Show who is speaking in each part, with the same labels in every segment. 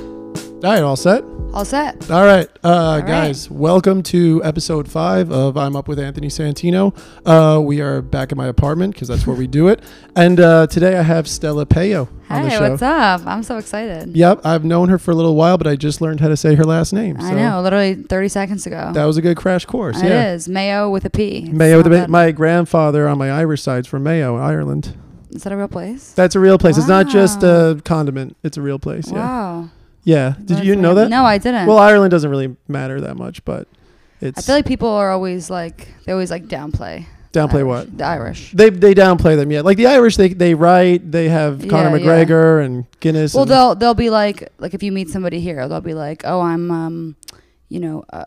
Speaker 1: All right, all set.
Speaker 2: All set.
Speaker 1: All right, uh,
Speaker 2: right.
Speaker 1: guys, welcome to episode five of I'm Up with Anthony Santino. Uh, we are back at my apartment because that's where we do it. And uh, today I have Stella Payo on the
Speaker 2: Hey,
Speaker 1: show.
Speaker 2: what's up? I'm so excited.
Speaker 1: Yep, I've known her for a little while, but I just learned how to say her last name. So
Speaker 2: I know, literally 30 seconds ago.
Speaker 1: That was a good crash course.
Speaker 2: It
Speaker 1: yeah.
Speaker 2: is. Mayo with a P. It's
Speaker 1: Mayo,
Speaker 2: not
Speaker 1: the,
Speaker 2: bad.
Speaker 1: my grandfather on my Irish side's from Mayo, Ireland.
Speaker 2: Is that a real place?
Speaker 1: That's a real place. It's not just
Speaker 2: Wow.
Speaker 1: a condiment. It's a real place. Yeah.
Speaker 2: Wow.
Speaker 1: Yeah. Did
Speaker 2: That's
Speaker 1: you know
Speaker 2: weird.
Speaker 1: that?
Speaker 2: No, I didn't.
Speaker 1: Well, Ireland doesn't really matter that much, but
Speaker 2: I
Speaker 1: it's
Speaker 2: feel like people are always like, they always like downplay. the
Speaker 1: downplay
Speaker 2: Irish-
Speaker 1: what
Speaker 2: The Irish.
Speaker 1: they they downplay them. Yeah, like the Irish, they they write. They have
Speaker 2: Yeah,
Speaker 1: Conor
Speaker 2: yeah.
Speaker 1: McGregor and Guinness.
Speaker 2: Well,
Speaker 1: and-
Speaker 2: they'll they'll be like like if you meet somebody here, they'll be like, oh, I'm um, you know, uh,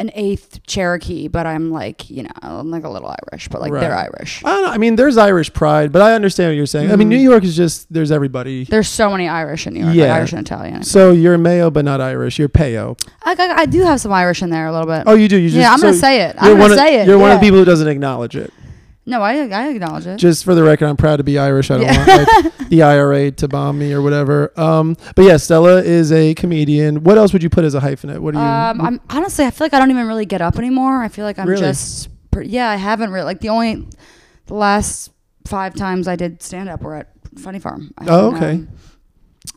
Speaker 2: an eighth Cherokee, but I'm like, you know, I'm like a little Irish, but like they're
Speaker 1: Right.
Speaker 2: Irish.
Speaker 1: I don't know. I mean, there's Irish pride, but I understand what you're saying. I mean,
Speaker 2: Mhm.
Speaker 1: New York is just there's everybody.
Speaker 2: There's so many Irish in New York,
Speaker 1: Yeah.
Speaker 2: like Irish and Italian.
Speaker 1: So you're Mayo, but not Irish. You're Payo.
Speaker 2: I, I, I do have some Irish in there a little bit.
Speaker 1: Oh, you do. You just,
Speaker 2: yeah, I'm gonna
Speaker 1: so
Speaker 2: say it.
Speaker 1: you're
Speaker 2: I'm
Speaker 1: one
Speaker 2: gonna
Speaker 1: of-
Speaker 2: say it.
Speaker 1: You're one of
Speaker 2: yeah.
Speaker 1: the people who doesn't acknowledge it.
Speaker 2: No, I, I acknowledge it.
Speaker 1: Just for the record, I'm proud to be Irish. I don't want like, the IRA to bomb me or whatever. Um, but yeah, Stella is a comedian. What else would you put as a hyphenate? What do you?
Speaker 2: um, I'm honestly, I feel like I don't even really get up anymore. I feel like I'm
Speaker 1: Really?
Speaker 2: just, per, yeah, I haven't really like the only the last five times I did stand up were at Funny Farm. I
Speaker 1: Oh,
Speaker 2: haven't,
Speaker 1: okay.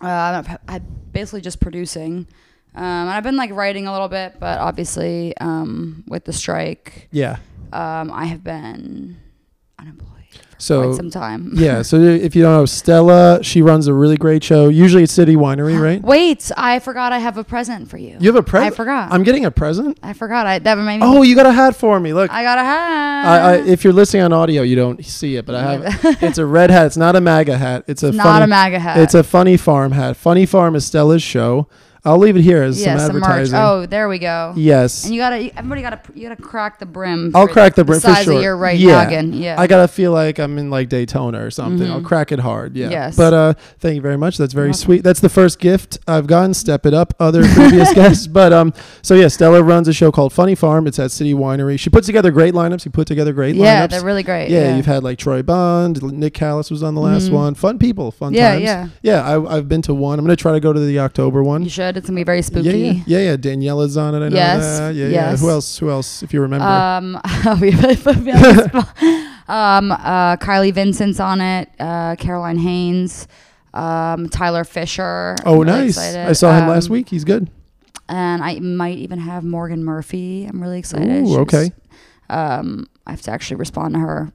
Speaker 2: um, uh, I'm, I'm basically just producing, um, and I've been like writing a little bit, but obviously, um, with the strike,
Speaker 1: yeah.
Speaker 2: um, I have been unemployed for
Speaker 1: So-
Speaker 2: quite some time.
Speaker 1: Yeah, so if you don't know Stella, she runs a really great show. Usually at City Winery, right?
Speaker 2: Wait, I forgot I have a present for you.
Speaker 1: You have a present.
Speaker 2: I forgot.
Speaker 1: I'm getting a present.
Speaker 2: I forgot. I that made me.
Speaker 1: Oh, you got a hat for me. Look, I,
Speaker 2: I got a hat.
Speaker 1: I, if you're listening on audio, you don't see it, but I have. it's a red hat. It's not a MAGA hat. It's a
Speaker 2: Not
Speaker 1: funny,
Speaker 2: a MAGA hat.
Speaker 1: It's a funny farm hat. Funny farm is Stella's show. I'll leave it here as
Speaker 2: yeah,
Speaker 1: some
Speaker 2: some merch.
Speaker 1: advertising.
Speaker 2: Oh, there we go.
Speaker 1: yes.
Speaker 2: And you gotta. you- Everybody gotta. pr- You gotta crack the brim.
Speaker 1: I'll
Speaker 2: for
Speaker 1: crack the brim for
Speaker 2: size
Speaker 1: sure.
Speaker 2: of your right
Speaker 1: Yeah.
Speaker 2: noggin. Yeah.
Speaker 1: I gotta feel like I'm in like Daytona or something. I'll crack it hard. Yeah.
Speaker 2: Mm-hmm. Yes.
Speaker 1: But uh, thank you very much. That's very
Speaker 2: You're welcome.
Speaker 1: sweet. That's the first gift I've gotten. Step it up, other previous guests. But um, so yeah, Stella runs a show called Funny Farm. It's at City Winery. She puts together great lineups. You put together great
Speaker 2: yeah,
Speaker 1: lineups.
Speaker 2: they're really great.
Speaker 1: yeah, you've had like Troy Bond, Nick Callis was on the last
Speaker 2: Mhm.
Speaker 1: one. Fun people, fun
Speaker 2: Yeah,
Speaker 1: times.
Speaker 2: yeah.
Speaker 1: yeah. I, I've been to one. I'm gonna try to go to the October one.
Speaker 2: You should. It's gonna be very spooky.
Speaker 1: Yeah, yeah, yeah, yeah. Daniela's on it. I know
Speaker 2: Yes,
Speaker 1: that. Yeah,
Speaker 2: yes.
Speaker 1: yeah. Who else? Who else? If you remember.
Speaker 2: Um, we really put me on the spot. um, uh, Kylie Vincent's on it. Uh, Caroline Haynes. Um, Tyler Fisher. I'm
Speaker 1: oh,
Speaker 2: really
Speaker 1: nice.
Speaker 2: excited.
Speaker 1: I saw him
Speaker 2: Um,
Speaker 1: last week. He's good.
Speaker 2: and I might even have Morgan Murphy. I'm really excited.
Speaker 1: Ooh,
Speaker 2: She's-
Speaker 1: okay.
Speaker 2: Um, I have to actually respond to her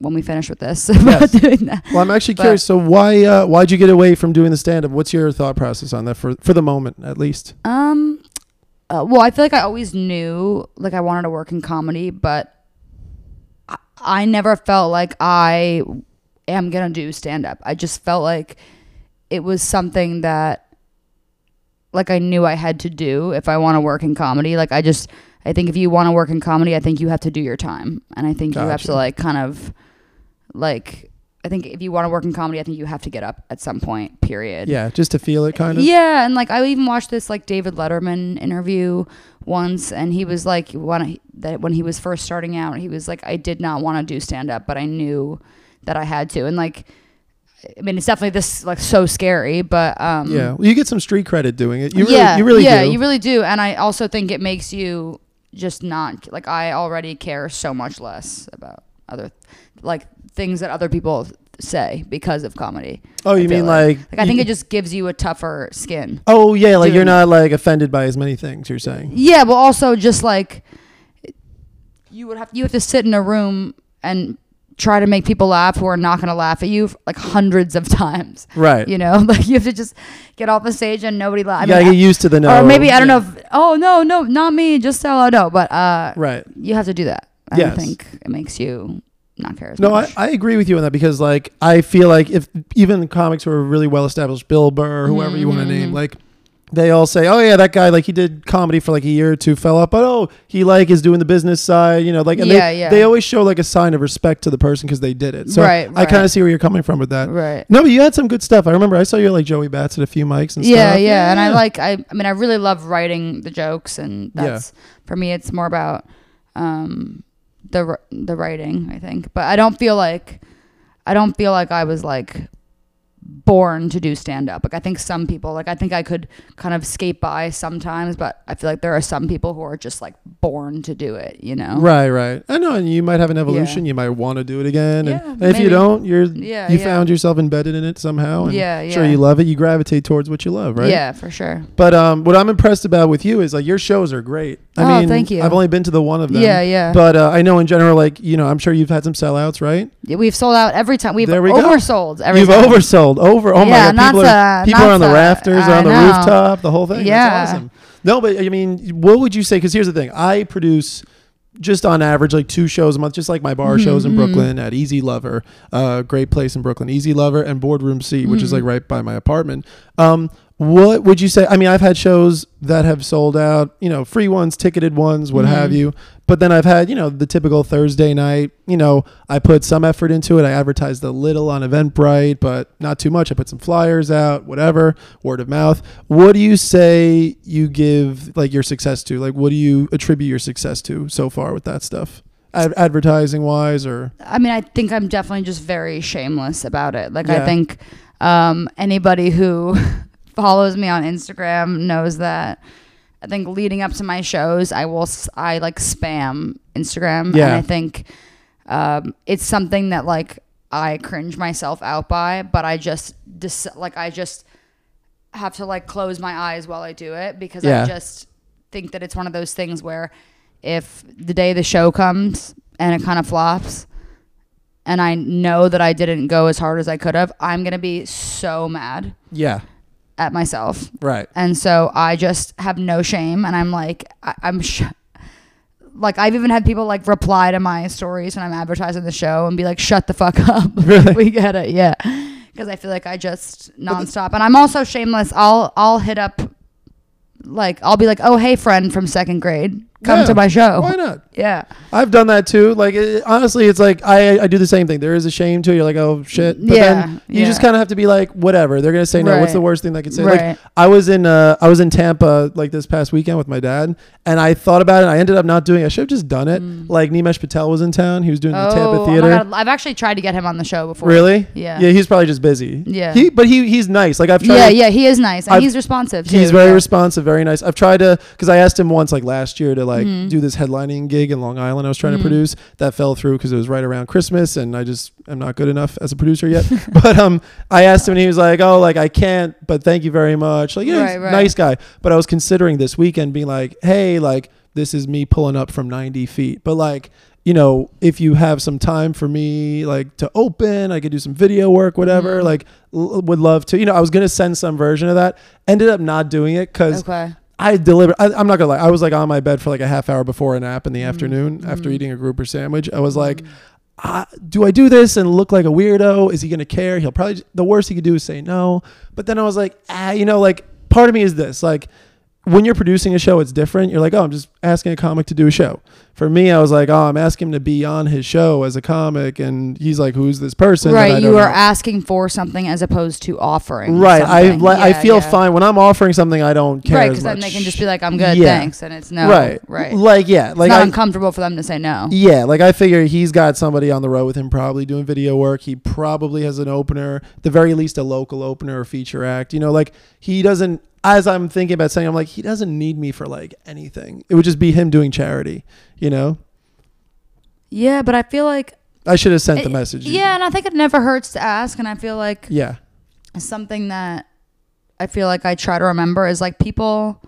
Speaker 2: when we finish with this
Speaker 1: Yes.
Speaker 2: about doing that.
Speaker 1: Well, I'm actually
Speaker 2: But-
Speaker 1: curious. So why uh, why'd you get away from doing the stand up? What's your thought process on that for for the moment at least?
Speaker 2: Um, uh, well, I feel like I always knew like I wanted to work in comedy, but I, I never felt like I am gonna do stand up. I just felt like it was something that like I knew I had to do if I want to work in comedy. Like I just I think if you want to work in comedy, I think you have to do your time, and I think you have
Speaker 1: Gotcha.
Speaker 2: to like kind of like I think if you want to work in comedy, I think you have to get up at some point. Period.
Speaker 1: Yeah, just to feel it kind of.
Speaker 2: Yeah, and like I even watched this like David Letterman interview once, and he was like, when I, that when he was first starting out, he was like, I did not want to do stand up, but I knew that I had to, and like, I mean, it's definitely this like so scary, but um,
Speaker 1: Yeah. Well, you get some street credit doing it. You really
Speaker 2: yeah,
Speaker 1: you really
Speaker 2: yeah,
Speaker 1: do.
Speaker 2: you really do, and I also think it makes you just not like I already care so much less about other like things that other people say because of comedy.
Speaker 1: oh,
Speaker 2: I
Speaker 1: you
Speaker 2: feel
Speaker 1: mean like
Speaker 2: Like I think
Speaker 1: you-
Speaker 2: it just gives you a tougher skin.
Speaker 1: Oh, yeah, like you're
Speaker 2: doing-
Speaker 1: not like offended by as many things you're saying.
Speaker 2: Yeah, but also just like you would have you have to sit in a room and try to make people laugh who are not going to laugh at you f- like hundreds of times.
Speaker 1: Right.
Speaker 2: You know, like you have to just get off the stage and nobody
Speaker 1: You
Speaker 2: laughs.
Speaker 1: got to get used to the no.
Speaker 2: or maybe I don't
Speaker 1: Yeah.
Speaker 2: know. If, oh no, no, not me. Just tell I know, but uh,
Speaker 1: Right.
Speaker 2: you have to do that. I
Speaker 1: Yes.
Speaker 2: don't think it makes you not care as
Speaker 1: No, I,
Speaker 2: much.
Speaker 1: I agree with you on that because like I feel like if even comics who are really well established, Bill Burr, whoever you
Speaker 2: Mm-hmm,
Speaker 1: want to name, like they all say, "Oh yeah, that guy like he did comedy for like a year or two, fell off, but oh he like is doing the business side, you know, like and
Speaker 2: Yeah,
Speaker 1: they
Speaker 2: yeah.
Speaker 1: they always show like a sign of respect to the person because they did it. So
Speaker 2: Right,
Speaker 1: I kind
Speaker 2: right.
Speaker 1: of see where you're coming from with that.
Speaker 2: right.
Speaker 1: No, but you had some good stuff. I remember I saw you at, like Joey Bats at a few mics and
Speaker 2: yeah,
Speaker 1: stuff.
Speaker 2: Yeah, And I like I I mean I really love writing the jokes and
Speaker 1: Yeah.
Speaker 2: that's for me it's more about um the wr- the writing, I think. But I don't feel like I don't feel like I was like born to do stand up. Like I think some people, like I think I could kind of skate by sometimes, but I feel like there are some people who are just like born to do it, you know?
Speaker 1: Right, right. I know, and you might have an evolution. You might want to do it again, and,
Speaker 2: Yeah,
Speaker 1: and if you
Speaker 2: maybe.
Speaker 1: don't, you're
Speaker 2: Yeah,
Speaker 1: you
Speaker 2: yeah.
Speaker 1: found yourself embedded in it somehow. And
Speaker 2: Yeah,
Speaker 1: Sure,
Speaker 2: yeah.
Speaker 1: you love it. You gravitate towards what you love, right?
Speaker 2: Yeah, for sure.
Speaker 1: But um, what I'm impressed about with you is like your shows are great. I
Speaker 2: Oh,
Speaker 1: mean,
Speaker 2: thank you.
Speaker 1: I've only been to the one of them.
Speaker 2: Yeah, yeah.
Speaker 1: But uh, I know in general, like you know, I'm sure you've had some sellouts, right?
Speaker 2: Yeah, We've sold out every time. We've
Speaker 1: There we go.
Speaker 2: oversold every
Speaker 1: you've
Speaker 2: time.
Speaker 1: oversold over. Oh
Speaker 2: Yeah,
Speaker 1: my god, people
Speaker 2: not
Speaker 1: are
Speaker 2: the-
Speaker 1: people
Speaker 2: not
Speaker 1: are on the
Speaker 2: the-
Speaker 1: rafters,
Speaker 2: I
Speaker 1: on the
Speaker 2: know.
Speaker 1: rooftop, the whole thing.
Speaker 2: Yeah.
Speaker 1: That's awesome. No, but I mean, what would you say? Because here's the thing: I produce just on average like two shows a month, just like my bar
Speaker 2: Mm-hmm,
Speaker 1: shows in Brooklyn at Easy Lover, uh, great place in Brooklyn, Easy Lover, and Boardroom C, which is like
Speaker 2: Mm-hmm.
Speaker 1: right by my apartment. Um, what would you say? I mean, I've had shows that have sold out, you know, free ones, ticketed ones, what have
Speaker 2: Mm-hmm.
Speaker 1: you. But then I've had, you know, the typical Thursday night. You know, I put some effort into it. I advertised a little on Eventbrite, but not too much. I put some flyers out, whatever, word of mouth. What do you say you give like your success to? Like, what do you attribute your success to so far with that stuff, Ad- advertising wise, or
Speaker 2: I mean, I think I'm definitely just very shameless about it. Like,
Speaker 1: Yeah.
Speaker 2: I think um, anybody who follows me on Instagram knows that. I think leading up to my shows, I will s- I like spam Instagram, and
Speaker 1: Yeah.
Speaker 2: I think um, it's something that like I cringe myself out by, but I just dis- like I just have to like close my eyes while I do it because
Speaker 1: Yeah.
Speaker 2: I just think that it's one of those things where if the day the show comes and it kind of flops and I know that I didn't go as hard as I could have, I'm going to be so mad
Speaker 1: yeah,
Speaker 2: at myself.
Speaker 1: right,
Speaker 2: And so I just have no shame. And I'm like, I, I'm sh- like, I've even had people like reply to my stories when I'm advertising the show and be like, shut the fuck up.
Speaker 1: Really?
Speaker 2: we get it. Yeah. Cause I feel like I just nonstop. And I'm also shameless. I'll, I'll hit up, like, I'll be like, oh, hey, friend from second grade, come
Speaker 1: Yeah.
Speaker 2: to my show.
Speaker 1: Why not?
Speaker 2: Yeah.
Speaker 1: I've done that too. Like it, honestly, it's like I I do the same thing. There is a shame too. You're like, oh shit. But
Speaker 2: Yeah,
Speaker 1: then you just
Speaker 2: yeah.
Speaker 1: kind of have to be like, whatever. They're gonna say no. What's
Speaker 2: Right.
Speaker 1: the worst thing they could say? Like
Speaker 2: Right.
Speaker 1: I was in uh I was in Tampa like this past weekend with my dad, and I thought about it. I ended up not doing. it. I should have just done it. Like Nimesh Patel was in town. He was doing the Tampa
Speaker 2: Mm. Oh, oh
Speaker 1: Theater.
Speaker 2: my God. I've actually tried to get him on the show before.
Speaker 1: Really?
Speaker 2: Yeah.
Speaker 1: Yeah. He's probably just busy.
Speaker 2: Yeah.
Speaker 1: He but he he's nice. Like I've tried.
Speaker 2: Yeah,
Speaker 1: to-
Speaker 2: yeah, he is nice and
Speaker 1: I've-
Speaker 2: he's responsive.
Speaker 1: He's
Speaker 2: too,
Speaker 1: very
Speaker 2: yeah.
Speaker 1: responsive, very nice. I've tried to because I asked him once, like last year, to like
Speaker 2: Mm-hmm.
Speaker 1: do this headlining gig in Long Island. I was trying to produce that fell through because it was right around Christmas, and I just am not good enough as a producer yet. but um, I asked him, and he was like, "Oh, like I can't, but thank you very much." Like, yeah, he's
Speaker 2: Right,
Speaker 1: a
Speaker 2: right.
Speaker 1: nice guy. But I was considering this weekend being like, "Hey, like this is me pulling up from 90 feet," but like. You know, if you have some time for me, like to open, I could do some video work, whatever.
Speaker 2: Mm-hmm.
Speaker 1: Like, l- would love to. You know, I was gonna send some version of that. Ended up not doing it because
Speaker 2: Okay.
Speaker 1: I delivered. I, I'm not gonna lie. I was like on my bed for like a half hour before a nap in
Speaker 2: Mm-hmm.
Speaker 1: the afternoon after eating a grouper sandwich. I was like, I, "Do I do this and look like a weirdo? Is he gonna care? He'll probably the worst he could do is say no." But then I was like, ah, you know, like part of me is this like. When you're producing a show, it's different. You're like, oh, I'm just asking a comic to do a show. For me, I was like, oh, I'm asking him to be on his show as a comic, and he's like, who's this person? that I
Speaker 2: Right,
Speaker 1: don't
Speaker 2: you are
Speaker 1: know?
Speaker 2: asking for something as opposed to offering.
Speaker 1: right. I
Speaker 2: something.
Speaker 1: li- I
Speaker 2: Yeah,
Speaker 1: feel
Speaker 2: yeah.
Speaker 1: fine when I'm offering something. I don't care.
Speaker 2: Right,
Speaker 1: as
Speaker 2: because then they
Speaker 1: much.
Speaker 2: can just be like, "I'm good,
Speaker 1: Yeah.
Speaker 2: thanks," and it's no.
Speaker 1: right
Speaker 2: right.
Speaker 1: like yeah
Speaker 2: it's
Speaker 1: like
Speaker 2: not
Speaker 1: I,
Speaker 2: uncomfortable for them to say no.
Speaker 1: yeah like i figure he's got somebody on the road with him probably doing video work he probably has an opener the very least a local opener or feature act you know like he doesn't as i'm thinking about saying i'm like he doesn't need me for like anything it would just be him doing charity you know
Speaker 2: Yeah, but I feel like
Speaker 1: i should have sent the
Speaker 2: it-
Speaker 1: message
Speaker 2: Eh, Yeah, and I think it never hurts to ask. And I feel like
Speaker 1: yeah
Speaker 2: something that I feel like I try to remember is like people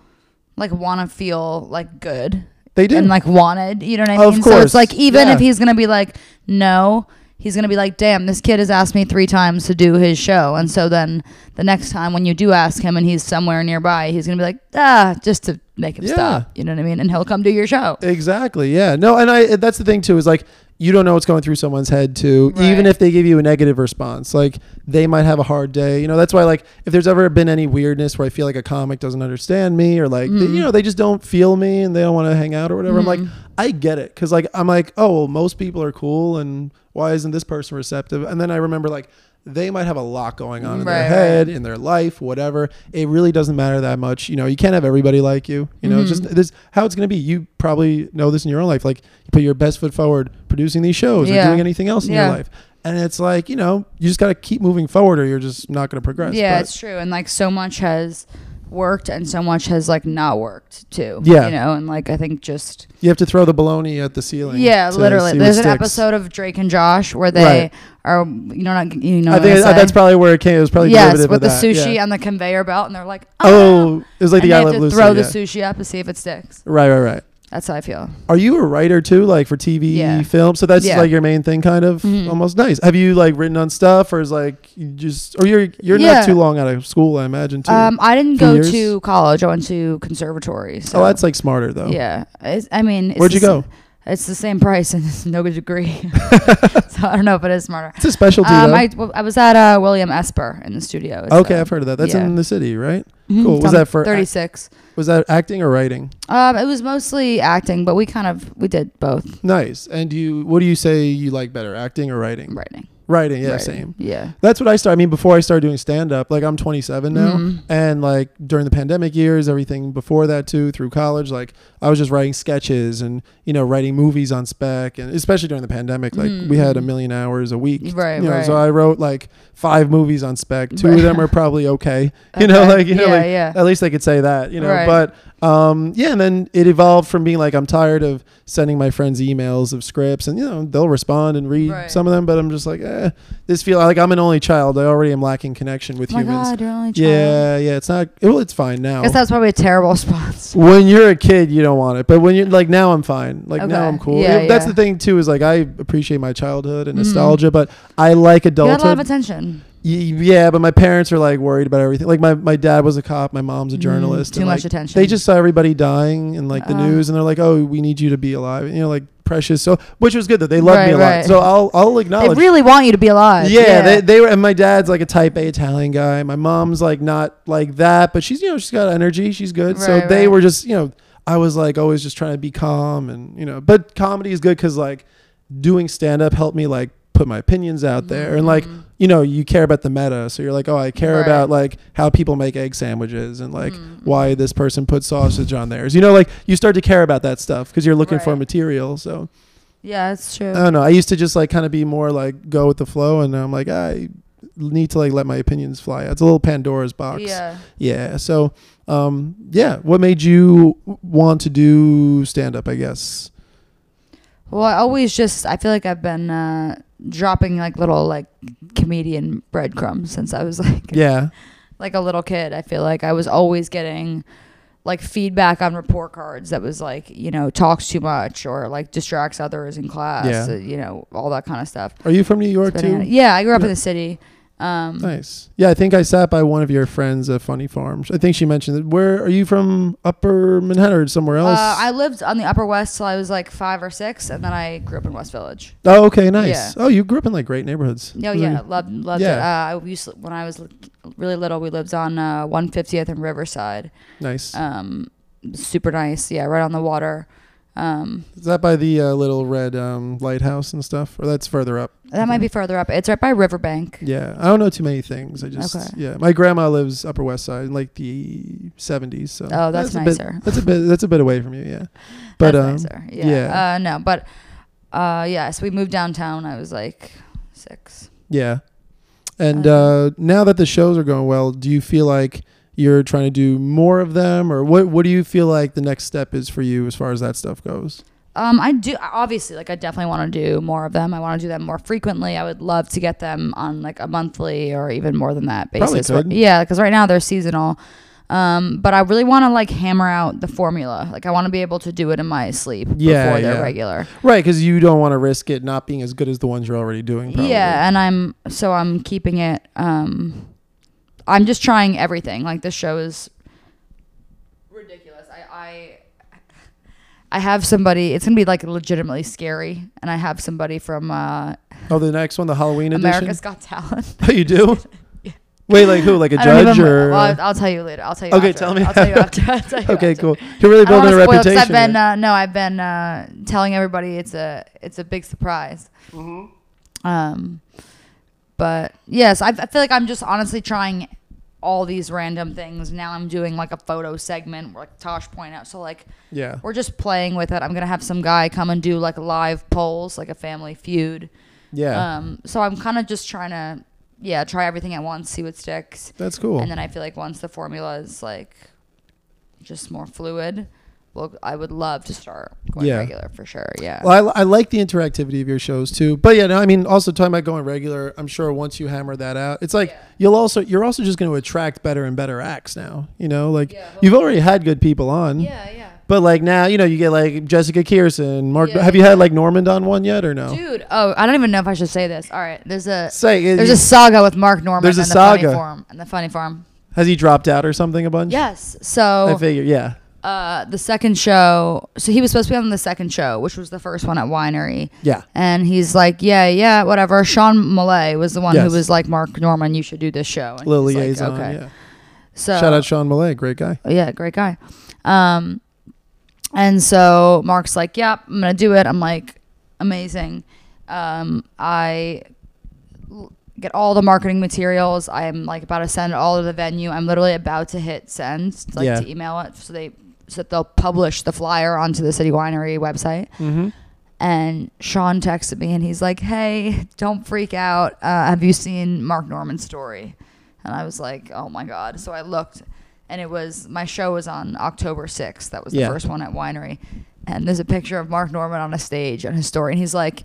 Speaker 2: like want to feel like good
Speaker 1: they do
Speaker 2: and like wanted. You know what I
Speaker 1: Of
Speaker 2: mean? So
Speaker 1: course,
Speaker 2: it's like even
Speaker 1: yeah.
Speaker 2: if he's gonna be like no, he's gonna be like, damn, this kid has asked me three times to do his show, and so then the next time when you do ask him and he's somewhere nearby, he's gonna be like, ah, just to make him
Speaker 1: Yeah.
Speaker 2: stop. You know what I mean? And he'll come do your show.
Speaker 1: Exactly. Yeah. No, and I that's the thing too is like you don't know what's going through someone's head too.
Speaker 2: Right.
Speaker 1: Even if they give you a negative response, like they might have a hard day. You know, that's why like if there's ever been any weirdness where I feel like a comic doesn't understand me or like they- you
Speaker 2: Mm.
Speaker 1: know they just don't feel me and they don't want to hang out or whatever. I'm like I get it because like I'm like oh well most people are cool and why isn't this person receptive? And then I remember like. They might have a lot going on in
Speaker 2: Right,
Speaker 1: their
Speaker 2: right.
Speaker 1: head, in their life, whatever. It really doesn't matter that much. You know, you can't have everybody like you. You know, it's just
Speaker 2: Mm-hmm.
Speaker 1: this how it's going to be. You probably know this in your own life. Like you put your best foot forward producing these shows
Speaker 2: Yeah.
Speaker 1: or doing anything else in
Speaker 2: Yeah.
Speaker 1: your life. And it's like, you know, you just got to keep moving forward or you're just not going to progress.
Speaker 2: yeah,
Speaker 1: But-
Speaker 2: it's true. And like so much has worked and so much has like not worked too.
Speaker 1: Yeah.
Speaker 2: You know, and like I think just
Speaker 1: You have to throw the baloney at the ceiling.
Speaker 2: yeah,
Speaker 1: to
Speaker 2: literally.
Speaker 1: see what
Speaker 2: There's an
Speaker 1: sticks.
Speaker 2: episode of Drake and Josh where they
Speaker 1: Right.
Speaker 2: are you know not you know
Speaker 1: I
Speaker 2: what
Speaker 1: think
Speaker 2: say?
Speaker 1: that's probably where it came. It was probably
Speaker 2: yes
Speaker 1: derivative
Speaker 2: with the
Speaker 1: of that.
Speaker 2: sushi
Speaker 1: Yeah.
Speaker 2: and the conveyor belt and they're like
Speaker 1: Oh, it was like
Speaker 2: and
Speaker 1: the
Speaker 2: they
Speaker 1: I
Speaker 2: have
Speaker 1: Love
Speaker 2: to
Speaker 1: Lucy.
Speaker 2: throw the
Speaker 1: yeah.
Speaker 2: sushi up and see if it sticks.
Speaker 1: Right, right, right.
Speaker 2: That's how I feel.
Speaker 1: Are you a writer too, like for TV,
Speaker 2: Yeah.
Speaker 1: film? So that's
Speaker 2: Yeah.
Speaker 1: like your main thing, kind of.
Speaker 2: Mhm.
Speaker 1: Almost nice. Have you like written on stuff, or is like you just, or you're you're
Speaker 2: Yeah.
Speaker 1: not too long out of school, I imagine. Too.
Speaker 2: Um, I didn't
Speaker 1: Few
Speaker 2: go
Speaker 1: years?
Speaker 2: to college. I went to conservatory. So
Speaker 1: oh, that's like smarter though.
Speaker 2: yeah. It's, I mean, it's
Speaker 1: Where'd
Speaker 2: the
Speaker 1: you
Speaker 2: sa-
Speaker 1: go?
Speaker 2: It's the same price and no good degree. so I don't know if it is smarter.
Speaker 1: It's a specialty
Speaker 2: Um,
Speaker 1: though.
Speaker 2: I, well, I was at uh, William Esper in the studio. It's,
Speaker 1: okay,
Speaker 2: uh,
Speaker 1: I've heard of that. That's
Speaker 2: yeah.
Speaker 1: in the city, right?
Speaker 2: mhm,
Speaker 1: cool.
Speaker 2: it's
Speaker 1: Was
Speaker 2: on
Speaker 1: that for-
Speaker 2: 36?
Speaker 1: Was that acting or writing?
Speaker 2: Um, it was mostly acting, but we kind of we did both
Speaker 1: Nice. And do you, what do you say you like better, acting or writing?
Speaker 2: writing.
Speaker 1: Writing, yeah,
Speaker 2: Writing.
Speaker 1: same.
Speaker 2: Yeah.
Speaker 1: That's what I started. I mean, before I started doing stand up, like I'm 27 now,
Speaker 2: Mhm.
Speaker 1: and like during the pandemic years, everything before that too, through college, like I was just writing sketches and you know writing movies on spec, and especially during the pandemic, like we had a
Speaker 2: Mhm.
Speaker 1: million hours a week,
Speaker 2: Right,
Speaker 1: You know,
Speaker 2: right.
Speaker 1: so I wrote like five movies on spec. Two of
Speaker 2: Right.
Speaker 1: them are probably okay, you know,
Speaker 2: Okay.
Speaker 1: like you know,
Speaker 2: yeah,
Speaker 1: like
Speaker 2: yeah.
Speaker 1: at least I could say that, you know.
Speaker 2: Right.
Speaker 1: But um, yeah, and then it evolved from being like I'm tired of sending my friends emails of scripts, and you know they'll respond and read
Speaker 2: Right.
Speaker 1: some of them, but I'm just like, eh, this feel like I'm an only child. I already am lacking connection with
Speaker 2: oh my
Speaker 1: humans.
Speaker 2: God, you're only a child.
Speaker 1: yeah, yeah, it's not. Well, it's fine now.
Speaker 2: I guess that was probably a terrible response.
Speaker 1: When you're a kid, you don't want it, but when you're like now, I'm fine. Like now,
Speaker 2: Okay.
Speaker 1: I'm cool.
Speaker 2: Yeah,
Speaker 1: Yeah, That's
Speaker 2: yeah.
Speaker 1: the thing too. Is like I appreciate my childhood and
Speaker 2: Mhm.
Speaker 1: nostalgia, but I like
Speaker 2: You got a lot
Speaker 1: adulthood.
Speaker 2: of attention.
Speaker 1: Y- Yeah, but my parents are like worried about everything. Like my, my dad was a cop, my mom's a
Speaker 2: Mm,
Speaker 1: journalist.
Speaker 2: too
Speaker 1: and,
Speaker 2: much
Speaker 1: like,
Speaker 2: attention.
Speaker 1: They just saw everybody dying in like the
Speaker 2: Uh.
Speaker 1: news, and they're like, "Oh, we need you to be alive." You know, like precious. So, which was good though. They loved me
Speaker 2: Right,
Speaker 1: a
Speaker 2: right.
Speaker 1: lot. So I'll I'll
Speaker 2: They
Speaker 1: acknowledge.
Speaker 2: really want you to be alive.
Speaker 1: yeah, They, they were. And my dad's like a Type A Italian guy. My mom's like not like that, but she's you know she's got energy. She's good. so
Speaker 2: Right,
Speaker 1: they
Speaker 2: right.
Speaker 1: were just you know I was like always just trying to be calm and you know. But comedy is good because like doing stand up helped me like put my opinions out there and like
Speaker 2: Mhm.
Speaker 1: you know, you care about the meta. So you're like, oh, I care
Speaker 2: Right.
Speaker 1: about like how people make egg sandwiches and like
Speaker 2: Mm.
Speaker 1: why this person put sausage on theirs. You know, like you start to care about that stuff because you're looking for
Speaker 2: Right.
Speaker 1: material. So
Speaker 2: yeah, that's true.
Speaker 1: I don't know. I used to just like kind of be more like go with the flow, and now I'm like, I need to like let my opinions fly. It's a little Pandora's box.
Speaker 2: Yeah.
Speaker 1: Yeah. So, um, yeah. What made you want to do stand up? I guess.
Speaker 2: Well, I always just I feel like I've been uh, dropping like little like comedian breadcrumbs since I was like
Speaker 1: Yeah.
Speaker 2: like a little kid. I feel like I was always getting like feedback on report cards that was like you know talks too much or like distracts others in class.
Speaker 1: Yeah.
Speaker 2: uh, you know all that kind of stuff.
Speaker 1: Are you from New York
Speaker 2: It's been-
Speaker 1: too?
Speaker 2: yeah, I grew up in
Speaker 1: Yeah.
Speaker 2: the city. Um,
Speaker 1: Nice. Yeah, I think I sat by one of your friends at Funny Farm. I think she mentioned it. Where are you from? Upper Manhattan or somewhere else?
Speaker 2: Uh, I lived on the Upper West till I was like five or six, and then I grew up in West Village.
Speaker 1: oh, okay, nice.
Speaker 2: Yeah.
Speaker 1: Oh, you grew up in like great neighborhoods. Mm,
Speaker 2: Oh yeah, loved loved
Speaker 1: Yeah.
Speaker 2: it. Uh, I used to- when I was li- really little, we lived on uh, 150th and Riverside.
Speaker 1: Nice.
Speaker 2: Um, super nice. Yeah, right on the water. Um,
Speaker 1: Is that by the uh, little red um, lighthouse and stuff? Or that's further up?
Speaker 2: that might be
Speaker 1: Mm-hmm.
Speaker 2: further up. It's right by Riverbank.
Speaker 1: Yeah, I don't know too many things. I just
Speaker 2: Okay.
Speaker 1: yeah. My grandma lives Upper West Side in like the seventies. So
Speaker 2: Oh, that's,
Speaker 1: a bit-
Speaker 2: nicer.
Speaker 1: that's a bit. That's a bit away from you. Yeah, but
Speaker 2: that's
Speaker 1: um,
Speaker 2: nicer. Yeah.
Speaker 1: yeah.
Speaker 2: Uh, no, but uh, yeah. So we moved downtown. I was like six.
Speaker 1: Yeah. And
Speaker 2: Uh,
Speaker 1: uh, now that the shows are going well, do you feel like you're trying to do more of them or what what do you feel like the next step is for you as far as that stuff goes?
Speaker 2: Um, I do obviously like I definitely want to do more of them. I want to do them more frequently. I would love to get them on like a monthly or even more than that
Speaker 1: Probably
Speaker 2: basis.
Speaker 1: could.
Speaker 2: Yeah, because right now they're seasonal. Um, but I really want to like hammer out the formula. Like I want to be able to do it in my sleep
Speaker 1: Yeah,
Speaker 2: before they're
Speaker 1: yeah.
Speaker 2: regular.
Speaker 1: Right, cuz you don't want to risk it not being as good as the ones you're already doing probably.
Speaker 2: Yeah, and I'm so I'm keeping it. Um, I'm just trying everything. Like this show is ridiculous. I I, I have somebody. It's gonna be like legitimately scary, and I have somebody from uh,
Speaker 1: Oh, the next one, the Halloween
Speaker 2: America's Got Talent.
Speaker 1: edition. Oh, you do? Wait, like who? Like a
Speaker 2: I don't
Speaker 1: judge
Speaker 2: even-
Speaker 1: or
Speaker 2: well, I'll, I'll tell you later. I'll tell you.
Speaker 1: Okay,
Speaker 2: after.
Speaker 1: tell me.
Speaker 2: I'll tell you after. I'll tell you
Speaker 1: Okay,
Speaker 2: after.
Speaker 1: cool. You're really
Speaker 2: I don't
Speaker 1: building a
Speaker 2: wanna spoil it 'cause
Speaker 1: reputation.
Speaker 2: I've been
Speaker 1: here.
Speaker 2: uh, no, I've been uh, telling everybody it's a it's a big surprise. Um, but yes, I, I feel like I'm just honestly trying all these random things. Now I'm doing like a photo segment, where, like Tosh point out. So like
Speaker 1: yeah.
Speaker 2: we're just playing with it. I'm gonna have some guy come and do like live polls, like a Family Feud
Speaker 1: Yeah.
Speaker 2: Um, so I'm kind of just trying to, yeah, try everything at once, see what sticks.
Speaker 1: That's cool.
Speaker 2: And then I feel like once the formula is like just more fluid, well, I would love to start going
Speaker 1: Yeah.
Speaker 2: regular for sure. Yeah.
Speaker 1: Well, I, I like the interactivity of your shows too. But yeah, no, I mean, also talking about going regular, I'm sure once you hammer that out, it's like
Speaker 2: Yeah.
Speaker 1: you'll also you're also just going to attract better and better acts now. You know, like
Speaker 2: Yeah,
Speaker 1: you've already had good people on,
Speaker 2: yeah, yeah.
Speaker 1: but like now, you know, you get like Jessica Kearson, Mark.
Speaker 2: Yeah,
Speaker 1: have you
Speaker 2: yeah.
Speaker 1: had like Normand on one yet or no?
Speaker 2: Dude, oh, I don't even know if I should say this. All right, there's a
Speaker 1: Say,
Speaker 2: there's
Speaker 1: you-
Speaker 2: a saga with Mark Norman
Speaker 1: There's a
Speaker 2: and the
Speaker 1: saga.
Speaker 2: funny farm and the funny farm.
Speaker 1: has he dropped out or something a bunch?
Speaker 2: Yes.
Speaker 1: I
Speaker 2: So
Speaker 1: figure. Yeah,
Speaker 2: uh, the second show, so he was supposed to be on the second show, which was the first one at Winery.
Speaker 1: yeah,
Speaker 2: And he's like, yeah, yeah, whatever. Sean Malay was the one
Speaker 1: Yes.
Speaker 2: who was like, Mark Norman, you should do this show. And he
Speaker 1: Lil
Speaker 2: was like,
Speaker 1: Liaison.
Speaker 2: okay.
Speaker 1: Yeah.
Speaker 2: So
Speaker 1: Shout out Sean Malay, great guy.
Speaker 2: yeah, great guy. Um, and so Mark's like, yep, I'm gonna do it. I'm like, amazing. Um, I l- get all the marketing materials. I'm like about to send it all to the venue. I'm literally about to hit send, like
Speaker 1: Yeah.
Speaker 2: to email it, so they so that they'll publish the flyer onto the City Winery website.
Speaker 1: Mm-hmm.
Speaker 2: And Sean texted me and he's like, Hey, don't freak out. Uh, have you seen Mark Norman's story? And I was like, Oh my God. So I looked and it was my show was on October 6th. That was
Speaker 1: Yeah.
Speaker 2: the first one at Winery. And there's a picture of Mark Norman on a stage and his story. And he's like,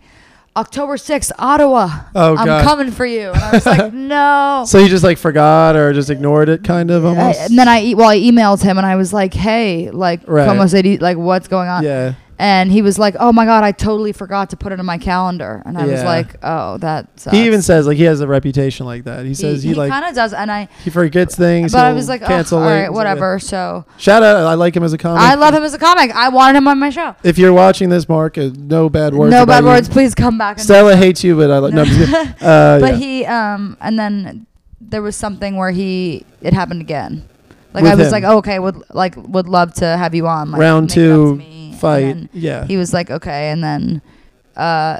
Speaker 2: October 6th, Ottawa.
Speaker 1: Oh,
Speaker 2: I'm
Speaker 1: God.
Speaker 2: coming for you. And I was like, No.
Speaker 1: So you just like forgot or just ignored it, kind of
Speaker 2: I-
Speaker 1: almost.
Speaker 2: and then I, e- well, I emailed him and I was like, Hey, like,
Speaker 1: Right.
Speaker 2: Como City, like, what's going on?
Speaker 1: yeah.
Speaker 2: And he was like, "Oh my god, I totally forgot to put it in my calendar." And I was
Speaker 1: Yeah.
Speaker 2: like, "Oh, that." Sucks.
Speaker 1: He even says like he has a reputation like that. He says he, like
Speaker 2: kind of does, and I.
Speaker 1: he forgets things.
Speaker 2: But I
Speaker 1: he'll
Speaker 2: was like, oh,
Speaker 1: cancel
Speaker 2: "All
Speaker 1: late
Speaker 2: right,
Speaker 1: and stuff.
Speaker 2: whatever." So
Speaker 1: Yeah. Shout out, I like him as a comic.
Speaker 2: I love him as a comic. I wanted him on my show.
Speaker 1: If you're watching this, Mark, uh, no bad words.
Speaker 2: no
Speaker 1: about
Speaker 2: bad
Speaker 1: you.
Speaker 2: words. Please come back. And
Speaker 1: Stella hates you, but I like. No, I'm just kidding. uh,
Speaker 2: but
Speaker 1: yeah.
Speaker 2: he, um, and then there was something where he it happened again. Like
Speaker 1: With
Speaker 2: I was
Speaker 1: him.
Speaker 2: like, oh, "Okay, would like would love to have you on." Like,
Speaker 1: round
Speaker 2: make it up to
Speaker 1: two
Speaker 2: me. And then-
Speaker 1: fight. Yeah,
Speaker 2: he was like okay and then uh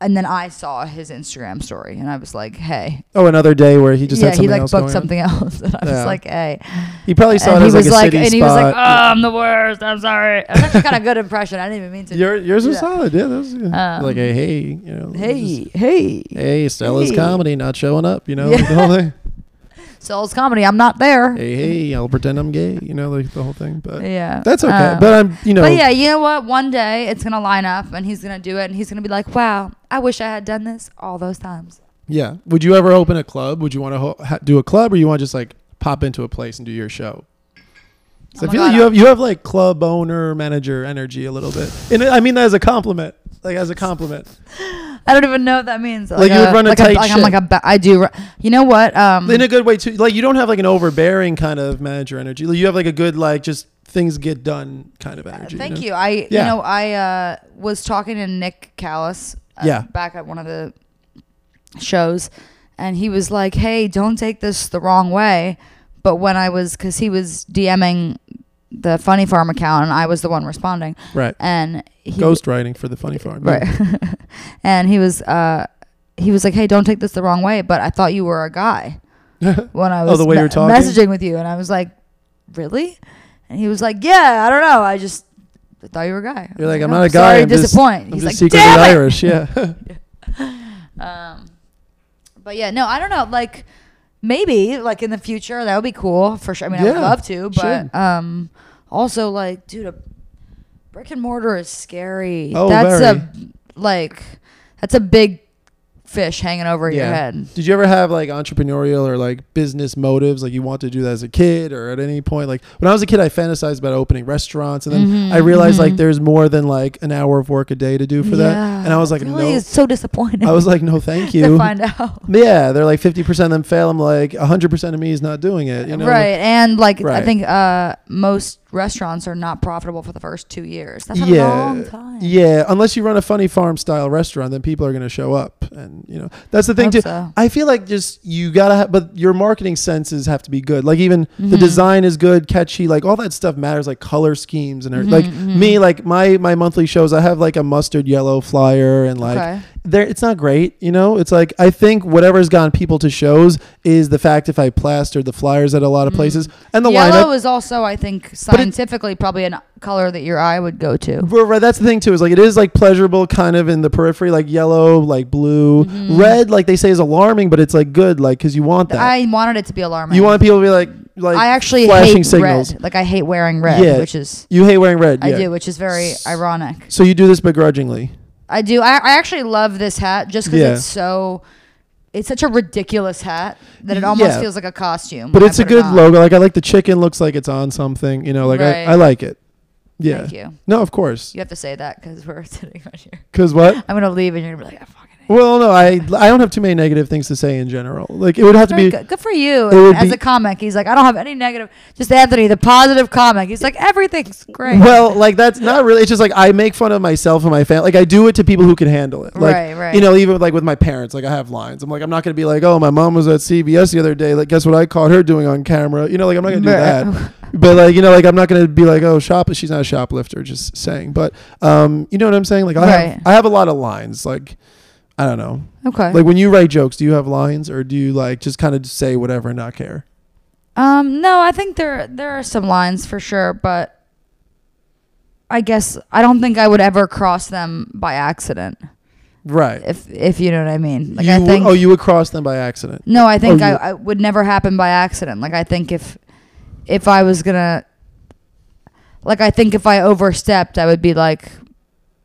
Speaker 2: and then i saw his instagram story and i was like hey
Speaker 1: oh, another day where he just
Speaker 2: yeah
Speaker 1: had something
Speaker 2: he like
Speaker 1: else
Speaker 2: booked
Speaker 1: going
Speaker 2: something else and i was
Speaker 1: Yeah.
Speaker 2: like hey
Speaker 1: On. He probably saw
Speaker 2: and
Speaker 1: it
Speaker 2: he
Speaker 1: as
Speaker 2: was
Speaker 1: like a city
Speaker 2: like and
Speaker 1: spot.
Speaker 2: he was like oh i'm the worst i'm sorry it was actually kind of good impression i didn't even mean to
Speaker 1: Your, yours was
Speaker 2: Yeah.
Speaker 1: solid. Yeah, that was good.
Speaker 2: Um,
Speaker 1: like a hey, you know,
Speaker 2: hey
Speaker 1: just,
Speaker 2: hey
Speaker 1: hey, Stella's
Speaker 2: Hey.
Speaker 1: comedy not showing up. You know,
Speaker 2: Yeah.
Speaker 1: like the whole thing.
Speaker 2: soul's comedy i'm not there
Speaker 1: Hey, hey, I'll pretend I'm gay. You know, like the whole thing. But
Speaker 2: yeah
Speaker 1: that's okay.
Speaker 2: Um,
Speaker 1: but I'm, you know,
Speaker 2: but yeah, you know what? One day it's gonna line up, and he's gonna do it, and he's gonna be like, "Wow, I wish I had done this all those times."
Speaker 1: Yeah. Would you ever open a club? Would you want to ho- ha- do a club, or you want to just like pop into a place and do your show? So
Speaker 2: Oh
Speaker 1: I
Speaker 2: my
Speaker 1: feel
Speaker 2: God,
Speaker 1: like you
Speaker 2: I-
Speaker 1: have you have like club owner manager energy a little bit, and I mean that as a compliment, like as a compliment.
Speaker 2: Mm-hmm. I don't even know what that means.
Speaker 1: Like you would run a
Speaker 2: like
Speaker 1: tight
Speaker 2: like
Speaker 1: ship.
Speaker 2: I'm like a ba- I do. ru- You know what? Um,
Speaker 1: In a good way too. Like you don't have like an overbearing kind of manager energy. Like, you have like a good like just things get done kind of energy.
Speaker 2: Uh, thank
Speaker 1: know?
Speaker 2: you. I
Speaker 1: Yeah.
Speaker 2: you know I uh, was talking to Nick Callis. Uh,
Speaker 1: Yeah.
Speaker 2: Back at one of the shows, and he was like, "Hey, don't take this the wrong way." But when I was, because he was DMing the Funny Farm account, and I was the one responding,
Speaker 1: Right.
Speaker 2: and he
Speaker 1: Ghost writing for the funny farm.
Speaker 2: right, and he was uh, he was like, "Hey, don't take this the wrong way." But I thought you were a guy. when I
Speaker 1: Oh,
Speaker 2: was
Speaker 1: the way you
Speaker 2: me-
Speaker 1: were talking?
Speaker 2: messaging with you, and I was like, "Really?" And he was like, "Yeah, I don't know. I just I thought you were a guy." I
Speaker 1: You're
Speaker 2: was
Speaker 1: like, "I'm
Speaker 2: "Oh,
Speaker 1: not a guy,
Speaker 2: Sorry,
Speaker 1: I'm just-
Speaker 2: disappoint."
Speaker 1: I'm
Speaker 2: He's
Speaker 1: just
Speaker 2: like,
Speaker 1: secretly
Speaker 2: "Damn it."
Speaker 1: Irish. Yeah.
Speaker 2: Um, but yeah, no, I don't know. Like maybe like in the future that would be cool for sure. I mean, I would
Speaker 1: Yeah,
Speaker 2: love to, but
Speaker 1: should.
Speaker 2: um, also like, dude, a brick and mortar is scary.
Speaker 1: Oh,
Speaker 2: that's
Speaker 1: very.
Speaker 2: a like that's a big fish hanging over your
Speaker 1: Yeah.
Speaker 2: head.
Speaker 1: Did you ever have like entrepreneurial or like business motives? Like you want to do that as a kid or at any point? Like when I was a kid, I fantasized about opening restaurants, and then
Speaker 2: Mhm,
Speaker 1: I realized like
Speaker 2: mhm.
Speaker 1: there's more than like an hour of work a day to do for that. And I was like,
Speaker 2: really
Speaker 1: no.
Speaker 2: it's so disappointing.
Speaker 1: I was like, no, thank
Speaker 2: to
Speaker 1: you.
Speaker 2: find out.
Speaker 1: Yeah, they're like 50% of them fail. I'm like 100% of me is not doing it. You know,
Speaker 2: right and like
Speaker 1: Right.
Speaker 2: i think uh most restaurants are not profitable for the first two years that's not
Speaker 1: Yeah.
Speaker 2: a long time
Speaker 1: Yeah, unless you run a funny farm style restaurant, then people are going to show up, and you know that's the thing
Speaker 2: Hope
Speaker 1: too.
Speaker 2: so.
Speaker 1: I feel like just you gotta, have, but your marketing senses have to be good. Like even the
Speaker 2: Mhm.
Speaker 1: design is good, catchy, like all that stuff matters. Like color schemes and everything.
Speaker 2: Mhm,
Speaker 1: like
Speaker 2: mhm.
Speaker 1: me, like my my monthly shows, I have like a mustard yellow flyer and like
Speaker 2: okay
Speaker 1: there it's not great you know it's like i think whatever's gotten people to shows is the fact if i plastered the flyers at a lot of places and the
Speaker 2: Mm. Yellow
Speaker 1: lineup
Speaker 2: is also, I think, scientifically probably a color that your eye would go to.
Speaker 1: Well, right, that's the thing too is like it is like pleasurable kind of in the periphery like yellow like blue
Speaker 2: Mm-hmm.
Speaker 1: red like they say is alarming but it's like good like because you want that
Speaker 2: I wanted it to be alarming.
Speaker 1: you want people to be like like
Speaker 2: I actually
Speaker 1: flashing
Speaker 2: hate
Speaker 1: signals
Speaker 2: red. Like I hate wearing red,
Speaker 1: Yeah.
Speaker 2: which is
Speaker 1: you hate wearing red
Speaker 2: I
Speaker 1: yeah.
Speaker 2: do, Mm-hmm. which is very ironic.
Speaker 1: so you do this begrudgingly
Speaker 2: I do. I, I actually love this hat just because
Speaker 1: Yeah.
Speaker 2: it's so. It's such a ridiculous hat that it almost
Speaker 1: Yeah.
Speaker 2: feels like a costume.
Speaker 1: but
Speaker 2: when I
Speaker 1: it's a
Speaker 2: put it
Speaker 1: good
Speaker 2: on.
Speaker 1: logo like i like the chicken looks like it's on something you know like
Speaker 2: Right.
Speaker 1: I, I like it yeah
Speaker 2: Thank you.
Speaker 1: no of course
Speaker 2: You have to say that because we're sitting right here.
Speaker 1: because what
Speaker 2: I'm gonna leave and you're gonna be like, I fucking. Hate
Speaker 1: Well, no, I I don't have too many negative things to say in general. Like it would have to
Speaker 2: Very
Speaker 1: be
Speaker 2: good. good for you
Speaker 1: it would
Speaker 2: as
Speaker 1: be-
Speaker 2: a comic. He's like, I don't have any negative. Just Anthony, the positive comic. He's like, everything's great.
Speaker 1: well, like that's not really. It's just like I make fun of myself and my family. Like I do it to people who can handle it. Like
Speaker 2: Right, right.
Speaker 1: you know, even with, like with my parents. Like I have lines. I'm like I'm not gonna be like, oh, my mom was at CBS the other day. Like guess what I caught her doing on camera. You know, like I'm not gonna do
Speaker 2: Right.
Speaker 1: that. But like you know, like I'm not gonna be like, oh, shop. She's not a shoplifter. Just saying. But um, you know what I'm saying? Like I
Speaker 2: Right.
Speaker 1: have I have a lot of lines. Like I don't know.
Speaker 2: okay.
Speaker 1: Like when you write jokes, do you have lines or do you like just kind of say whatever and not care?
Speaker 2: Um, no, I think there there are some lines for sure, but I guess I don't think I would ever cross them by accident.
Speaker 1: Right.
Speaker 2: If if you know what I mean, like
Speaker 1: you
Speaker 2: I
Speaker 1: would-
Speaker 2: think.
Speaker 1: oh, you would cross them by accident.
Speaker 2: no, I think
Speaker 1: oh,
Speaker 2: I,
Speaker 1: you-
Speaker 2: I would never happen by accident. Like I think if if I was gonna, like I think if I overstepped, I would be like,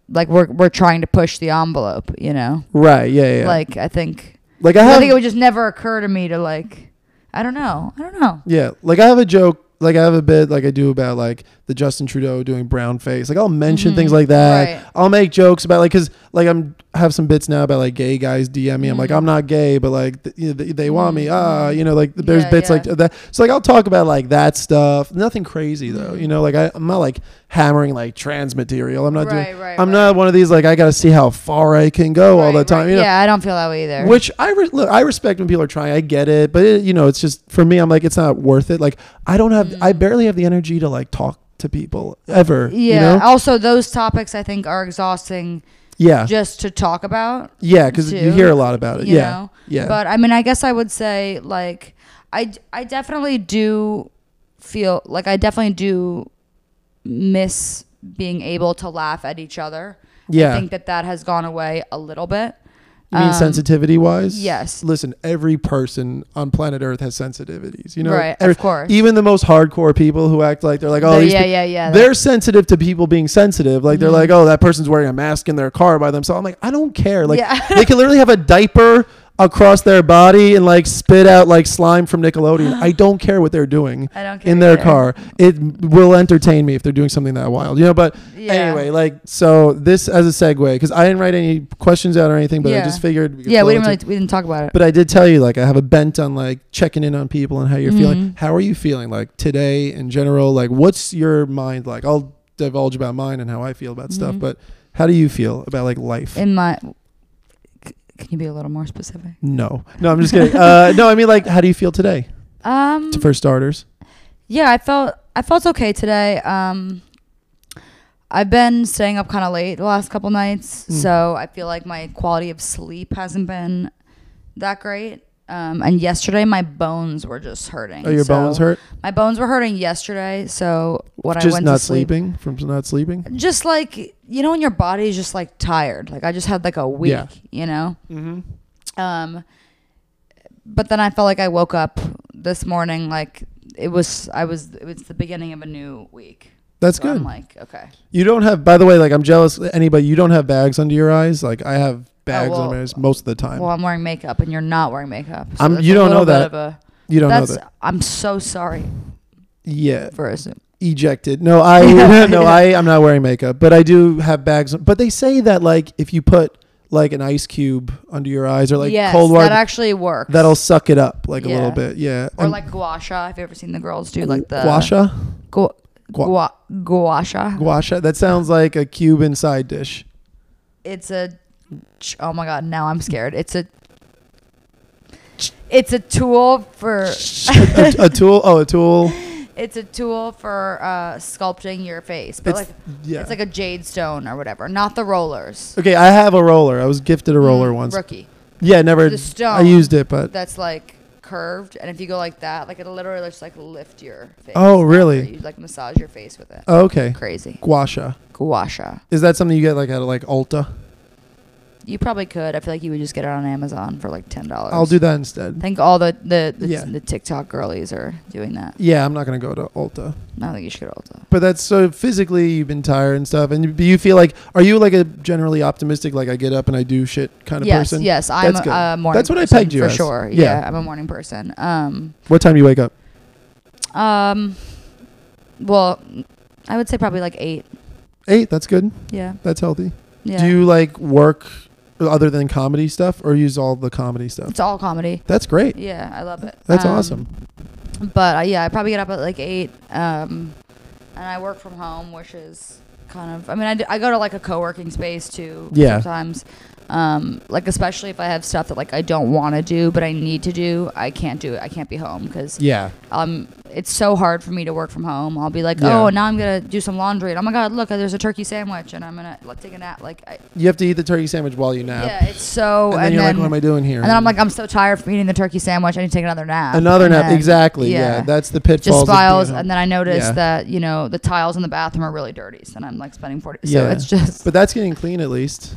Speaker 2: like we're we're trying to push the envelope, you know.
Speaker 1: Right. Yeah. Yeah. Like,
Speaker 2: Like I think
Speaker 1: like I
Speaker 2: I,
Speaker 1: have.
Speaker 2: think it would just never occur to me to like, I don't know, I don't know.
Speaker 1: yeah. Like I have a joke. Like I have a bit. Like I do about like the Justin Trudeau doing brown face. Like I'll mention things like that.
Speaker 2: Mm-hmm. right.
Speaker 1: I'll make jokes about like because like I'm I have some bits now about like gay guys DM me. I'm
Speaker 2: Mm-hmm.
Speaker 1: like I'm not gay, but like th- you know, they, they want me. Ah, you know, like there's
Speaker 2: Yeah,
Speaker 1: bits
Speaker 2: yeah.
Speaker 1: like that. So like I'll talk about like that stuff. Nothing crazy though. You know, like I, I'm not like hammering like trans material. I'm not
Speaker 2: Right,
Speaker 1: doing.
Speaker 2: right,
Speaker 1: I'm
Speaker 2: right.
Speaker 1: not one of these like I got to see how far I can go all
Speaker 2: Right,
Speaker 1: the time.
Speaker 2: right.
Speaker 1: You know,
Speaker 2: yeah, I don't feel that way either.
Speaker 1: Which I re- look, I respect when people are trying. I get it, but it, you know, it's just for me. I'm like, it's not worth it. Like, I don't have, I barely have the energy to like talk to people ever.
Speaker 2: Mm. Yeah.
Speaker 1: you know?
Speaker 2: Also, those topics I think are exhausting
Speaker 1: yeah,
Speaker 2: just to talk about.
Speaker 1: yeah, because you
Speaker 2: too,
Speaker 1: hear a lot about it.
Speaker 2: You
Speaker 1: Yeah,
Speaker 2: know?
Speaker 1: yeah,
Speaker 2: But I mean, I guess I would say like I d- I definitely do feel like I definitely do miss being able to laugh at each other.
Speaker 1: yeah.
Speaker 2: I think that that has gone away a little bit.
Speaker 1: you mean
Speaker 2: um,
Speaker 1: sensitivity wise?
Speaker 2: yes.
Speaker 1: Listen, every person on planet Earth has sensitivities. You know,
Speaker 2: right.
Speaker 1: Every-
Speaker 2: of course.
Speaker 1: Even the most hardcore people who act like they're like, oh,
Speaker 2: The-
Speaker 1: these
Speaker 2: yeah,
Speaker 1: pe-
Speaker 2: yeah, yeah.
Speaker 1: They're sensitive to people being sensitive. Like they're
Speaker 2: Mhm.
Speaker 1: like, oh, that person's wearing a mask in their car by themselves. I'm like, I don't care. Like
Speaker 2: Yeah.
Speaker 1: they can literally have a diaper across their body and like spit out like slime from Nickelodeon. I don't care what they're doing
Speaker 2: I don't care
Speaker 1: in their
Speaker 2: either.
Speaker 1: car. It will entertain me if they're doing something that wild, you know. But
Speaker 2: Yeah.
Speaker 1: anyway, like so this as a segue because I didn't write any questions out or anything, but I
Speaker 2: Yeah.
Speaker 1: just figured. could
Speaker 2: Yeah,
Speaker 1: flow
Speaker 2: we didn't
Speaker 1: into-
Speaker 2: really we didn't talk about it.
Speaker 1: but I did tell you, like, I have a bent on like checking in on people and how you're feeling.
Speaker 2: Mhm.
Speaker 1: How are you feeling, like today in general? Like, what's your mind like? I'll divulge about mine and how I feel about stuff,
Speaker 2: Mhm.
Speaker 1: but how do you feel about like life?
Speaker 2: In my, c- can you be a little more specific?
Speaker 1: no, no, I'm just kidding. uh, no, I mean, like, how do you feel today,
Speaker 2: Um,
Speaker 1: t- for starters?
Speaker 2: Yeah, I felt I felt okay today. Um, I've been staying up kind of late the last couple nights,
Speaker 1: Mm.
Speaker 2: so I feel like my quality of sleep hasn't been that great. Um, and yesterday my bones were just hurting.
Speaker 1: Are Oh, your
Speaker 2: so-
Speaker 1: bones hurt?
Speaker 2: My bones were hurting yesterday, so when I
Speaker 1: Just
Speaker 2: went
Speaker 1: not
Speaker 2: to sleep,
Speaker 1: sleeping from not sleeping.
Speaker 2: just like you know when your body's just like tired. Like I just had like a week,
Speaker 1: Yeah.
Speaker 2: you know.
Speaker 1: Mm-hmm.
Speaker 2: Um, but then I felt like I woke up this morning like it was I was it was the beginning of a new week.
Speaker 1: That's
Speaker 2: So
Speaker 1: good.
Speaker 2: I'm like okay.
Speaker 1: you don't have. By the way, like, I'm jealous. Anybody, you don't have bags under your eyes. Like, I have bags
Speaker 2: Oh, well,
Speaker 1: under my eyes most of the time.
Speaker 2: Well, I'm wearing makeup and you're not wearing makeup.
Speaker 1: I'm-
Speaker 2: that's
Speaker 1: you
Speaker 2: a
Speaker 1: don't
Speaker 2: little
Speaker 1: know that.
Speaker 2: bit of a-
Speaker 1: you don't know
Speaker 2: that's
Speaker 1: that.
Speaker 2: I'm so sorry
Speaker 1: Yeah.
Speaker 2: for assuming.
Speaker 1: ejected. No, I no, I I'm not wearing makeup, but I do have bags. But they say that like if you put like an ice cube under your eyes or like
Speaker 2: yes,
Speaker 1: cold water,
Speaker 2: that actually works.
Speaker 1: that'll suck it up like a little
Speaker 2: Yeah.
Speaker 1: bit. Yeah,
Speaker 2: or
Speaker 1: And
Speaker 2: like gua sha. Have you ever seen the girls do like the
Speaker 1: gua sha,
Speaker 2: Gua
Speaker 1: Gua-
Speaker 2: gua gua sha.
Speaker 1: gua sha. That sounds like a Cuban side dish.
Speaker 2: it's a ch- oh my god now i'm scared it's a it's a tool for
Speaker 1: a, a tool. Oh, a tool.
Speaker 2: it's a tool for uh, sculpting your face, but
Speaker 1: It's-
Speaker 2: like
Speaker 1: yeah.
Speaker 2: it's like a jade stone or whatever, not the rollers.
Speaker 1: Okay, I have a roller. I was gifted
Speaker 2: Mm,
Speaker 1: a roller once.
Speaker 2: Rookie.
Speaker 1: Yeah, never.
Speaker 2: The stone.
Speaker 1: I used it, but
Speaker 2: That's like curved, and if you go like that, like it'll literally just like lift your face.
Speaker 1: Oh, really?
Speaker 2: after You like massage your face with it.
Speaker 1: oh, okay.
Speaker 2: Crazy.
Speaker 1: Guasha.
Speaker 2: Guasha.
Speaker 1: Is that something you get like at like Ulta?
Speaker 2: You probably could. I feel like you would just get it on Amazon for like ten dollars.
Speaker 1: I'll do that
Speaker 2: I
Speaker 1: instead.
Speaker 2: think all the the the,
Speaker 1: Yeah.
Speaker 2: the TikTok girlies are doing that.
Speaker 1: Yeah, I'm not gonna go to Ulta.
Speaker 2: I don't think you should go to Ulta.
Speaker 1: But that's so physically you've been tired and stuff, and you, but you feel like are you like a generally optimistic like I get up and I do shit kind of
Speaker 2: yes,
Speaker 1: person?
Speaker 2: yes, I'm
Speaker 1: That's good.
Speaker 2: a morning.
Speaker 1: That's what I
Speaker 2: person,
Speaker 1: pegged you
Speaker 2: for
Speaker 1: as.
Speaker 2: sure.
Speaker 1: Yeah.
Speaker 2: Yeah. I'm a morning person. Um,
Speaker 1: What time do you wake up?
Speaker 2: um, well, I would say probably like eight.
Speaker 1: Eight. That's good.
Speaker 2: Yeah,
Speaker 1: That's healthy.
Speaker 2: yeah.
Speaker 1: Do you like work other than comedy stuff, or use all the comedy stuff?
Speaker 2: it's all comedy.
Speaker 1: That's great.
Speaker 2: Yeah, I love it.
Speaker 1: That's
Speaker 2: Um,
Speaker 1: awesome.
Speaker 2: But uh, yeah, I probably get up at like eight, um, and I work from home, which is kind of. I mean, I, d- I go to like a co-working space too.
Speaker 1: Yeah.
Speaker 2: Sometimes, um, like especially if I have stuff that like I don't want to do but I need to do, I can't do it. I can't be home because
Speaker 1: Yeah.
Speaker 2: um, it's so hard for me to work from home. I'll be like,
Speaker 1: Yeah.
Speaker 2: oh, now I'm gonna do some laundry, and oh my god, look, there's a turkey sandwich, and I'm gonna like, take a nap. Like, I,
Speaker 1: You have to eat the turkey sandwich while you nap.
Speaker 2: yeah, it's so.
Speaker 1: And then
Speaker 2: And,
Speaker 1: you're
Speaker 2: then,
Speaker 1: like, what am I doing here?
Speaker 2: and then I'm like, I'm so tired from eating the turkey sandwich. I need to take another nap.
Speaker 1: another
Speaker 2: And
Speaker 1: nap.
Speaker 2: then-
Speaker 1: exactly. Yeah. That's the pitfalls.
Speaker 2: just
Speaker 1: of being
Speaker 2: files,
Speaker 1: home.
Speaker 2: and then I noticed
Speaker 1: Yeah.
Speaker 2: that you know the tiles in the bathroom are really dirty, so then I'm like spending forty.
Speaker 1: Yeah.
Speaker 2: So it's just
Speaker 1: but that's getting clean at least.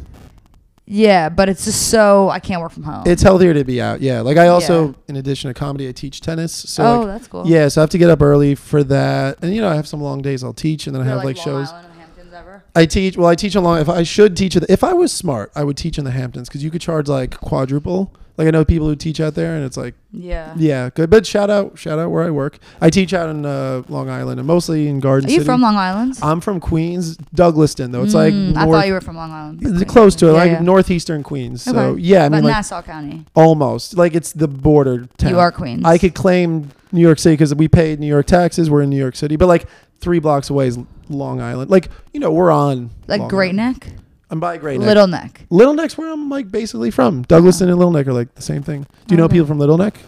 Speaker 2: yeah, but it's just so I can't work from home.
Speaker 1: It's healthier to be out. Yeah. Like I also,
Speaker 2: Oh. Yeah.
Speaker 1: in addition to comedy, I teach tennis. So
Speaker 2: oh,
Speaker 1: like,
Speaker 2: that's cool.
Speaker 1: yeah, so I have to get up early for that. And you know, I have some long days. I'll teach, and then
Speaker 2: You're,
Speaker 1: I have like,
Speaker 2: Long
Speaker 1: shows.
Speaker 2: Island and Hamptons ever?
Speaker 1: I teach. Well, I teach along. If I should teach, at the, if I was smart, I would teach in the Hamptons because you could charge like quadruple. Like I know people who teach out there, and it's like,
Speaker 2: Yeah.
Speaker 1: yeah, good. But shout out, shout out where I work. I teach out in uh, Long Island and mostly in Garden
Speaker 2: Are you
Speaker 1: City.
Speaker 2: from Long Island?
Speaker 1: I'm from Queens, Douglaston though. It's like
Speaker 2: Mm, I
Speaker 1: north-
Speaker 2: thought you were from Long Island. but
Speaker 1: it's
Speaker 2: Queens,
Speaker 1: close to it,
Speaker 2: yeah,
Speaker 1: like
Speaker 2: yeah.
Speaker 1: northeastern Queens. So
Speaker 2: Okay.
Speaker 1: yeah, I
Speaker 2: but
Speaker 1: mean like
Speaker 2: Nassau County.
Speaker 1: almost like it's the border town.
Speaker 2: You are Queens.
Speaker 1: I could claim New York City because we paid New York taxes. We're in New York City, but like three blocks away is Long Island. Like you know, we're on
Speaker 2: like
Speaker 1: Long
Speaker 2: Great
Speaker 1: Island.
Speaker 2: Neck,
Speaker 1: I'm by Great Neck.
Speaker 2: Little Neck.
Speaker 1: Little Neck's where I'm like basically from. Douglaston and Little Neck are like the same thing. Do you know
Speaker 2: Uh-huh. Okay.
Speaker 1: people from Little Neck?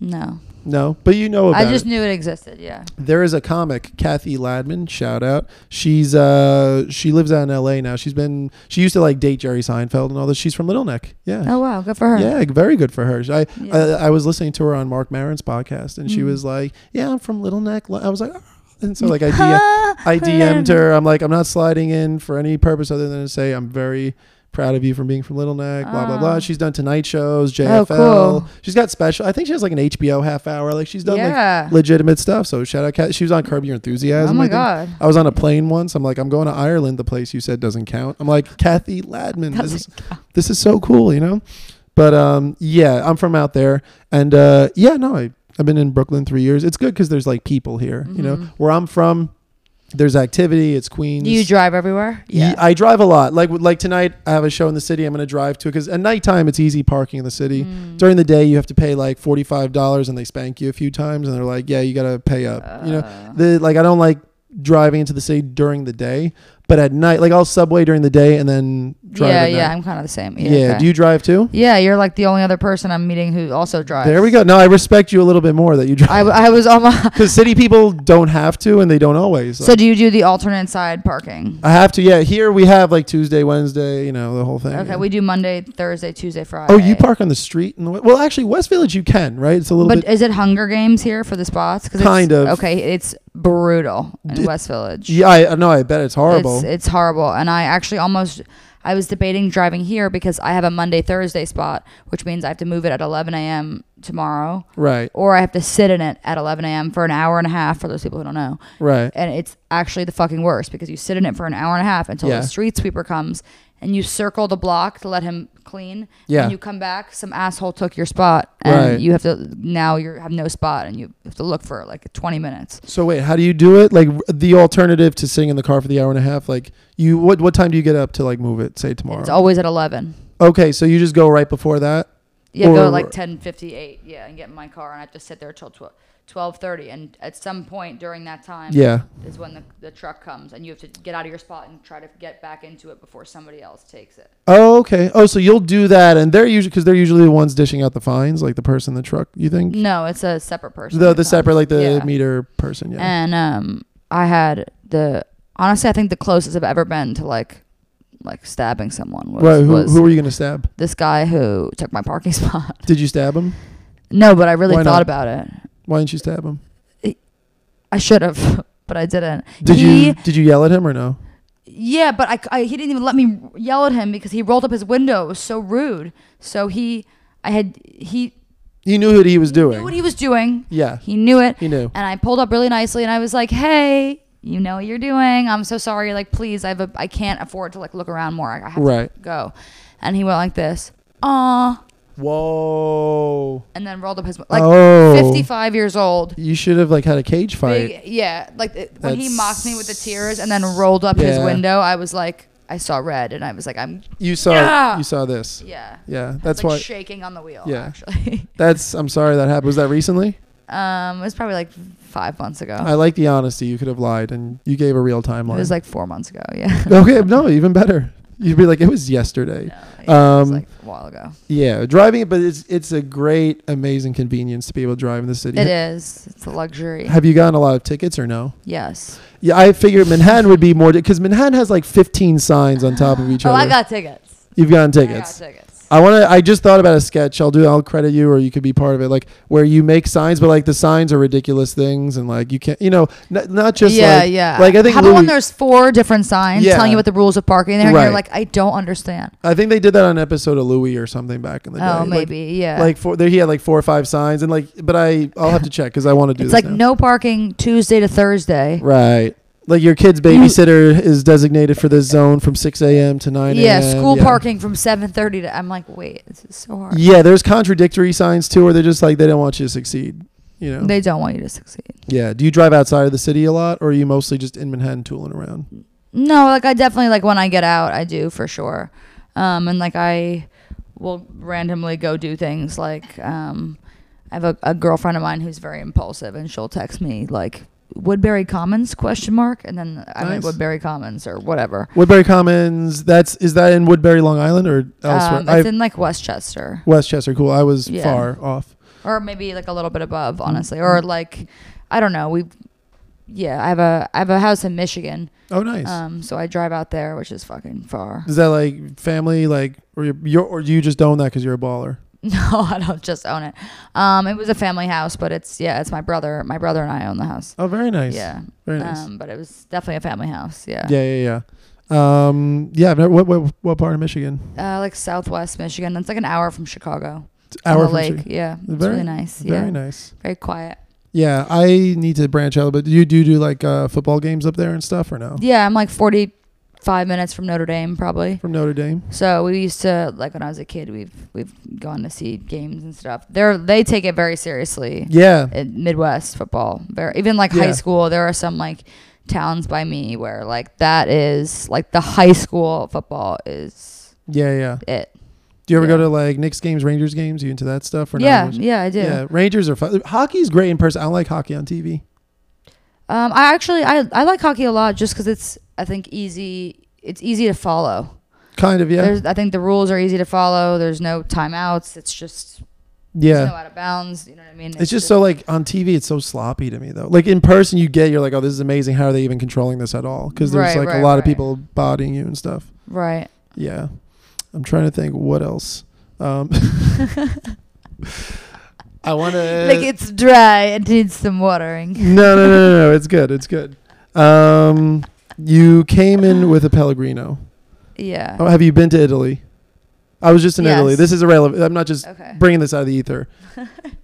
Speaker 2: No,
Speaker 1: No, but you know about
Speaker 2: I just
Speaker 1: it.
Speaker 2: knew it existed. Yeah.
Speaker 1: There is a comic, Kathy Ladman. Shout out. She's uh she lives out in L.A. now. She's been she used to like date Jerry Seinfeld and all this. She's from Little Neck. Yeah.
Speaker 2: Oh wow, good for her.
Speaker 1: Yeah, very good for her. I,
Speaker 2: Yeah.
Speaker 1: I I was listening to her on Mark Maron's podcast, and she
Speaker 2: Mhm.
Speaker 1: was like, "Yeah, I'm from Little Neck." I was like, "Oh." and so like I, DM, I DM'd her. I'm like, I'm not sliding in for any purpose other than to say I'm very proud of you from being from Little Neck. Blah blah blah.
Speaker 2: Ah. Oh,
Speaker 1: She's done Tonight Shows, JFL.
Speaker 2: cool.
Speaker 1: She's got special. I think she has like an HBO half hour. Like she's done
Speaker 2: Yeah.
Speaker 1: like legitimate stuff. So shout out. Kat. She was on Curb Your Enthusiasm.
Speaker 2: oh my
Speaker 1: I think.
Speaker 2: god.
Speaker 1: I was on a plane once. I'm like, I'm going to Ireland, the place you said doesn't count. I'm like, Kathy Ladman, this is this is so cool, you know. But um, yeah, I'm from out there, and uh, yeah, no, I I've been in Brooklyn three years. It's good because there's like people here, you know.
Speaker 2: Mhm.
Speaker 1: Where I'm from, there's activity. It's Queens.
Speaker 2: Do you drive everywhere?
Speaker 1: Ye- I drive a lot. Like like tonight, I have a show in the city. I'm gonna drive to because at nighttime it's easy parking in the city.
Speaker 2: Mm.
Speaker 1: During the day, you have to pay like forty five dollars, and they spank you a few times, and they're like, "Yeah, you gotta pay up." you know,
Speaker 2: Uh,
Speaker 1: the like I don't like driving into the city during the day, but at night, like I'll subway during the day and then drive.
Speaker 2: yeah,
Speaker 1: at
Speaker 2: yeah,
Speaker 1: night.
Speaker 2: I'm kind of the same.
Speaker 1: yeah.
Speaker 2: Yeah, okay.
Speaker 1: Do you drive too?
Speaker 2: yeah, you're like the only other person I'm meeting who also drives.
Speaker 1: There we go. No, I respect you a little bit more that you
Speaker 2: I,
Speaker 1: drive
Speaker 2: w- I was almost.
Speaker 1: because city people don't have to and they don't always.
Speaker 2: so do you do the alternate side parking?
Speaker 1: I have to. Yeah, here we have like Tuesday, Wednesday, you know, the whole thing.
Speaker 2: Okay, we do Monday, Thursday, Tuesday, Friday.
Speaker 1: Oh, you park on the street in the well. Actually, West Village, you can right. It's a little
Speaker 2: But
Speaker 1: bit.
Speaker 2: is it Hunger Games here for the spots? 'Cause
Speaker 1: Kind
Speaker 2: it's,
Speaker 1: of.
Speaker 2: Okay, it's brutal in
Speaker 1: D-
Speaker 2: West Village.
Speaker 1: Yeah, I know. I bet it's horrible.
Speaker 2: It's, it's horrible. And I actually almost, I was debating driving here because I have a Monday Thursday spot, which means I have to move it at 11 a.m. tomorrow,
Speaker 1: right,
Speaker 2: or I have to sit in it at 11 a.m. for an hour and a half. For those people who don't know,
Speaker 1: right.
Speaker 2: and it's actually the fucking worst because you sit in it for an hour and a half until
Speaker 1: Yeah.
Speaker 2: the street sweeper comes and you circle the block to let him clean.
Speaker 1: Yeah.
Speaker 2: And you come back, some asshole took your spot, and
Speaker 1: Right.
Speaker 2: you have to now you have no spot, and you have to look for like 20 minutes.
Speaker 1: So wait, how do you do it? Like the alternative to sitting in the car for the hour and a half, like you what what time do you get up to like move it, say tomorrow?
Speaker 2: It's always at 11.
Speaker 1: okay, so you just go right before that
Speaker 2: Yeah, go
Speaker 1: Or-
Speaker 2: at like ten fifty eight. Yeah, and get in my car, and I have to sit there till twelve twelve thirty. And at some point during that time,
Speaker 1: Yeah.
Speaker 2: is when the, the truck comes, and you have to get out of your spot and try to get back into it before somebody else takes it.
Speaker 1: Oh, okay. Oh, so you'll do that, and they're usually because they're usually the ones dishing out the fines, like the person in the truck. You think
Speaker 2: No, it's a separate person.
Speaker 1: the
Speaker 2: that
Speaker 1: the
Speaker 2: comes.
Speaker 1: separate like the
Speaker 2: Yeah.
Speaker 1: meter person? Yeah.
Speaker 2: And um, I had the honestly, I think the closest I've ever been to like like stabbing someone was,
Speaker 1: right. Who,
Speaker 2: was
Speaker 1: who were you gonna stab?
Speaker 2: this guy who took my parking spot.
Speaker 1: Did you stab him?
Speaker 2: no, but I really
Speaker 1: Why
Speaker 2: thought
Speaker 1: not?
Speaker 2: about it.
Speaker 1: Why didn't you stab him?
Speaker 2: I should have, but I didn't.
Speaker 1: Did
Speaker 2: He-
Speaker 1: you did you yell at him or no?
Speaker 2: Yeah, but I, I- he didn't even let me yell at him because he rolled up his window. It was so rude. So he, I had he
Speaker 1: You knew what he was doing.
Speaker 2: knew what he was doing.
Speaker 1: yeah,
Speaker 2: He knew it,
Speaker 1: he knew.
Speaker 2: and I pulled up really nicely, and I was like, "Hey, you know what you're doing. I'm so sorry. Like, please, I have a, I can't afford to like look around more. I have
Speaker 1: Right.
Speaker 2: to go." And he went like this, "Aw,"
Speaker 1: Whoa.
Speaker 2: and then rolled up his like
Speaker 1: oh.
Speaker 2: 55 years old.
Speaker 1: You should have like had a cage fight.
Speaker 2: Big, yeah, like it- when he
Speaker 1: That's-
Speaker 2: mocked me with the tears and then rolled up his
Speaker 1: Yeah.
Speaker 2: window, I was like, I saw red, and I was like, I'm
Speaker 1: You saw
Speaker 2: Yeah.
Speaker 1: you saw this.
Speaker 2: yeah.
Speaker 1: Yeah, that's
Speaker 2: like
Speaker 1: why.
Speaker 2: shaking on the wheel.
Speaker 1: Yeah.
Speaker 2: actually,
Speaker 1: that's. I'm sorry that happened. Was that recently?
Speaker 2: um, it was probably like five months ago.
Speaker 1: I like the honesty. You could have lied, and you gave a real
Speaker 2: Oh. it
Speaker 1: timeline.
Speaker 2: was like four months ago. Yeah.
Speaker 1: okay, no, even better. You'd be like, it was yesterday.
Speaker 2: No, yeah, it was
Speaker 1: Um,
Speaker 2: like a while ago.
Speaker 1: Yeah, driving it, but it's it's a great, amazing convenience to be able to drive in the city.
Speaker 2: It is. It's a luxury.
Speaker 1: Have you gotten a lot of tickets or no?
Speaker 2: Yes.
Speaker 1: Yeah, I figured Manhattan would be more because Manhattan has like 15 signs on top of each
Speaker 2: Oh,
Speaker 1: other.
Speaker 2: I got tickets.
Speaker 1: You've gotten tickets.
Speaker 2: I got tickets.
Speaker 1: I want to. I just thought about a sketch. I'll do. I'll credit you, or you could be part of it. Like where you make signs, but like the signs are ridiculous things, and like you can't. You know, n- not just
Speaker 2: yeah,
Speaker 1: like,
Speaker 2: yeah.
Speaker 1: Like I think
Speaker 2: How about when
Speaker 1: Louis-
Speaker 2: there's four different signs
Speaker 1: Yeah.
Speaker 2: telling you what the rules of parking there, and
Speaker 1: Right.
Speaker 2: you're like, I don't understand.
Speaker 1: I think they did that on an episode of Louis or something back in the day.
Speaker 2: Oh,
Speaker 1: Like-
Speaker 2: maybe, yeah.
Speaker 1: Like four, there he had like four or five signs, and like, but I I'll have to check because I want to do.
Speaker 2: it's
Speaker 1: this
Speaker 2: like
Speaker 1: now.
Speaker 2: no parking Tuesday to Thursday.
Speaker 1: Right. Like your kid's babysitter is designated for this zone from 6 a.m. to 9 a.m.
Speaker 2: Yeah, school parking from seven thirty to. I'm like, wait, this is so hard.
Speaker 1: Yeah, there's contradictory signs too, where they're just like they don't want you to succeed. You know.
Speaker 2: They don't want you to succeed.
Speaker 1: yeah. Do you drive outside of the city a lot, or are you mostly just in Manhattan tooling around?
Speaker 2: No, like I definitely like when I get out, I do for sure. Um, and like I will randomly go do things like um, I have a, a girlfriend of mine who's very impulsive, and she'll text me like Woodbury Commons question mark, and then I'm
Speaker 1: Nice.
Speaker 2: at Woodbury Commons or whatever.
Speaker 1: Woodbury Commons. That's is that in Woodbury, Long Island, or elsewhere?
Speaker 2: Um,
Speaker 1: I,
Speaker 2: it's in like Westchester,
Speaker 1: Westchester. Cool. I was
Speaker 2: Yeah.
Speaker 1: far off.
Speaker 2: or maybe like a little bit above,
Speaker 1: Mm-hmm.
Speaker 2: honestly, or like I don't know. We, yeah, I have a I have a house in Michigan,
Speaker 1: Oh, nice.
Speaker 2: um, so I drive out there, which is fucking far.
Speaker 1: is that like family, like, or you you're- or do you just own that because you're a baller?
Speaker 2: No, I don't just own it. Um, it was a family house, but it's yeah, it's my brother. My brother and I own the house.
Speaker 1: Oh, very nice.
Speaker 2: Yeah.
Speaker 1: Very nice.
Speaker 2: Um, but it was definitely a family house. Yeah.
Speaker 1: yeah, yeah, yeah. Um, yeah. I've never, what, what what part of Michigan?
Speaker 2: Uh, like Southwest Michigan. That's like an hour from Chicago. It's on
Speaker 1: hour
Speaker 2: the
Speaker 1: from
Speaker 2: lake.
Speaker 1: Chi-
Speaker 2: Yeah. It's
Speaker 1: Very-
Speaker 2: really nice.
Speaker 1: Very
Speaker 2: yeah.
Speaker 1: nice.
Speaker 2: Very quiet.
Speaker 1: Yeah, I need to branch out, but do you do you do like uh, football games up there and stuff or no?
Speaker 2: Yeah, I'm like 45 minutes from Notre Dame, probably.
Speaker 1: From Notre Dame.
Speaker 2: So we used to like when I was a kid, we've we've gone to see games and stuff. They're they take it very seriously.
Speaker 1: Yeah.
Speaker 2: at uh, Midwest football. There, even like
Speaker 1: Yeah.
Speaker 2: high school, there are some like towns by me where like that is like the high school football is
Speaker 1: Yeah, yeah.
Speaker 2: it.
Speaker 1: Do you ever go
Speaker 2: Yeah.
Speaker 1: to like Knicks games, Rangers games? You into that stuff or
Speaker 2: Yeah,
Speaker 1: not?
Speaker 2: yeah, I do.
Speaker 1: Yeah, Rangers are fun. Hockey's great in person. I don't like hockey on TV.
Speaker 2: Um, I actually I I like hockey a lot just because it's I think easy. It's easy to follow.
Speaker 1: Kind of, yeah.
Speaker 2: There's, I think the rules are easy to follow. There's no timeouts. It's just
Speaker 1: yeah.
Speaker 2: there's no out of bounds. You know what I mean?
Speaker 1: it's just so like on TV, it's so sloppy to me though. Like in person, you get you're like, oh, this is amazing. How are they even controlling this at all? Because there's
Speaker 2: Right,
Speaker 1: like a
Speaker 2: right,
Speaker 1: lot of
Speaker 2: right.
Speaker 1: people bodying you and stuff.
Speaker 2: right.
Speaker 1: Yeah. I'm trying to think what else. Um, I want to.
Speaker 2: like it's dry. It needs some watering.
Speaker 1: uh, no, no, no, no, no. It's good. It's good. Um, you came in with a Pellegrino.
Speaker 2: Yeah.
Speaker 1: Oh, have you been to Italy? I was just in Italy.
Speaker 2: Yes.
Speaker 1: This is irrelevant. I'm not just
Speaker 2: Okay.
Speaker 1: bringing this out of the ether.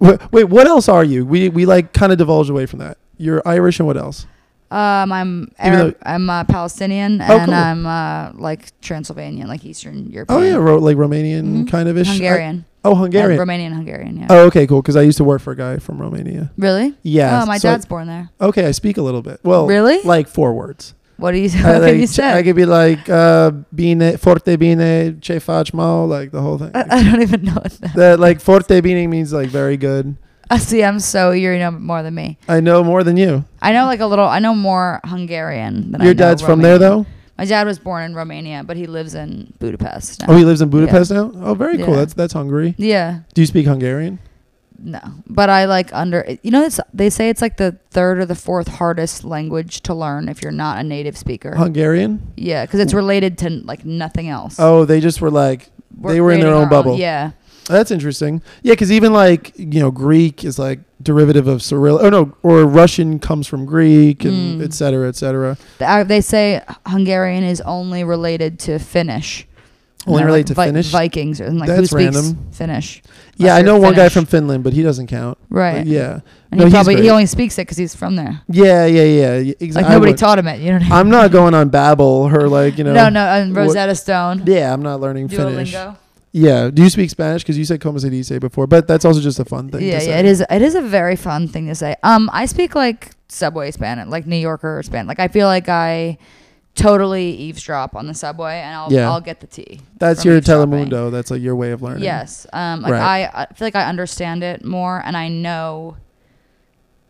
Speaker 1: wait, wait, what else are you? We, we like kind of divulge away from that. You're Irish and what else?
Speaker 2: Um, I'm
Speaker 1: Even
Speaker 2: Arab, I'm uh, Palestinian
Speaker 1: Oh,
Speaker 2: and
Speaker 1: cool.
Speaker 2: I'm uh, like Transylvanian, like Eastern European.
Speaker 1: Oh, yeah, ro- like Romanian
Speaker 2: Mhm.
Speaker 1: kind of ish.
Speaker 2: Hungarian,
Speaker 1: oh,
Speaker 2: Yeah,
Speaker 1: Hungarian.
Speaker 2: Romanian, Hungarian. Yeah.
Speaker 1: oh, okay, cool. Because I used to work for a guy from Romania.
Speaker 2: Really?
Speaker 1: Yeah.
Speaker 2: oh, my
Speaker 1: so I-
Speaker 2: dad's born there.
Speaker 1: Okay, I speak a little bit. Well,
Speaker 2: Really?
Speaker 1: like four words.
Speaker 2: What do you?
Speaker 1: I,
Speaker 2: What
Speaker 1: like,
Speaker 2: have you
Speaker 1: ch-
Speaker 2: said?
Speaker 1: I could be like uh, bine forte bine che facciamo, like the whole thing.
Speaker 2: I, I don't even know what that.
Speaker 1: that like forte bine means like very good.
Speaker 2: I see. I'm so you're you know more than me.
Speaker 1: I know more than you.
Speaker 2: I know like a little. I know more Hungarian than I
Speaker 1: Your
Speaker 2: know
Speaker 1: dad's from there
Speaker 2: Romanian.
Speaker 1: though.
Speaker 2: My dad was born in Romania, but he lives in Budapest now.
Speaker 1: Oh, he lives in Budapest now. Oh, very cool.
Speaker 2: Yeah.
Speaker 1: That's that's Hungary.
Speaker 2: yeah.
Speaker 1: Do you speak Hungarian?
Speaker 2: No, but I like under. You know, it's, they say it's like the third or the fourth hardest language to learn if you're not a native speaker.
Speaker 1: Hungarian?
Speaker 2: yeah, because it's related to like nothing else.
Speaker 1: Oh, they just were like they were in their
Speaker 2: creating
Speaker 1: own
Speaker 2: our
Speaker 1: bubble.
Speaker 2: yeah,
Speaker 1: that's interesting. Yeah, because even like you know Greek is like derivative of Cyrillic. Oh no, or Russian comes from Greek and
Speaker 2: Mm.
Speaker 1: et cetera, et cetera.
Speaker 2: The- uh, they say Hungarian is only related to Finnish. And
Speaker 1: Only
Speaker 2: they're,
Speaker 1: related to
Speaker 2: Vi-
Speaker 1: Finnish?
Speaker 2: Vikings and like who
Speaker 1: That's
Speaker 2: speaks
Speaker 1: random.
Speaker 2: Finnish,
Speaker 1: Yeah, I
Speaker 2: you're
Speaker 1: know one guy
Speaker 2: Finnish.
Speaker 1: from Finland, but he doesn't count. But
Speaker 2: right?
Speaker 1: yeah. No,
Speaker 2: and he
Speaker 1: he's
Speaker 2: probably
Speaker 1: great.
Speaker 2: he only speaks it because he's from there.
Speaker 1: Yeah, yeah, yeah. yeah exactly.
Speaker 2: Like nobody taught him it. You know what I mean?
Speaker 1: I'm not going on Babel or like you know.
Speaker 2: no, no, and
Speaker 1: what-
Speaker 2: Rosetta Stone,
Speaker 1: Yeah, I'm not learning Finnish.
Speaker 2: Duolingo.
Speaker 1: Yeah. Do you speak Spanish? Because you said como se dice before, but that's also just a fun thing.
Speaker 2: yeah,
Speaker 1: to
Speaker 2: yeah,
Speaker 1: say.
Speaker 2: it is. It is a very fun thing to say. Um, I speak like subway Spanish, like New Yorker Spanish. Like I feel like I totally eavesdrop on the subway, and I'll
Speaker 1: Yeah.
Speaker 2: I'll get the tea.
Speaker 1: That's
Speaker 2: from
Speaker 1: your
Speaker 2: eavesdropping.
Speaker 1: telemundo. That's like your way of learning.
Speaker 2: Yes. Um, like
Speaker 1: Right.
Speaker 2: I, I feel like I understand it more and I know.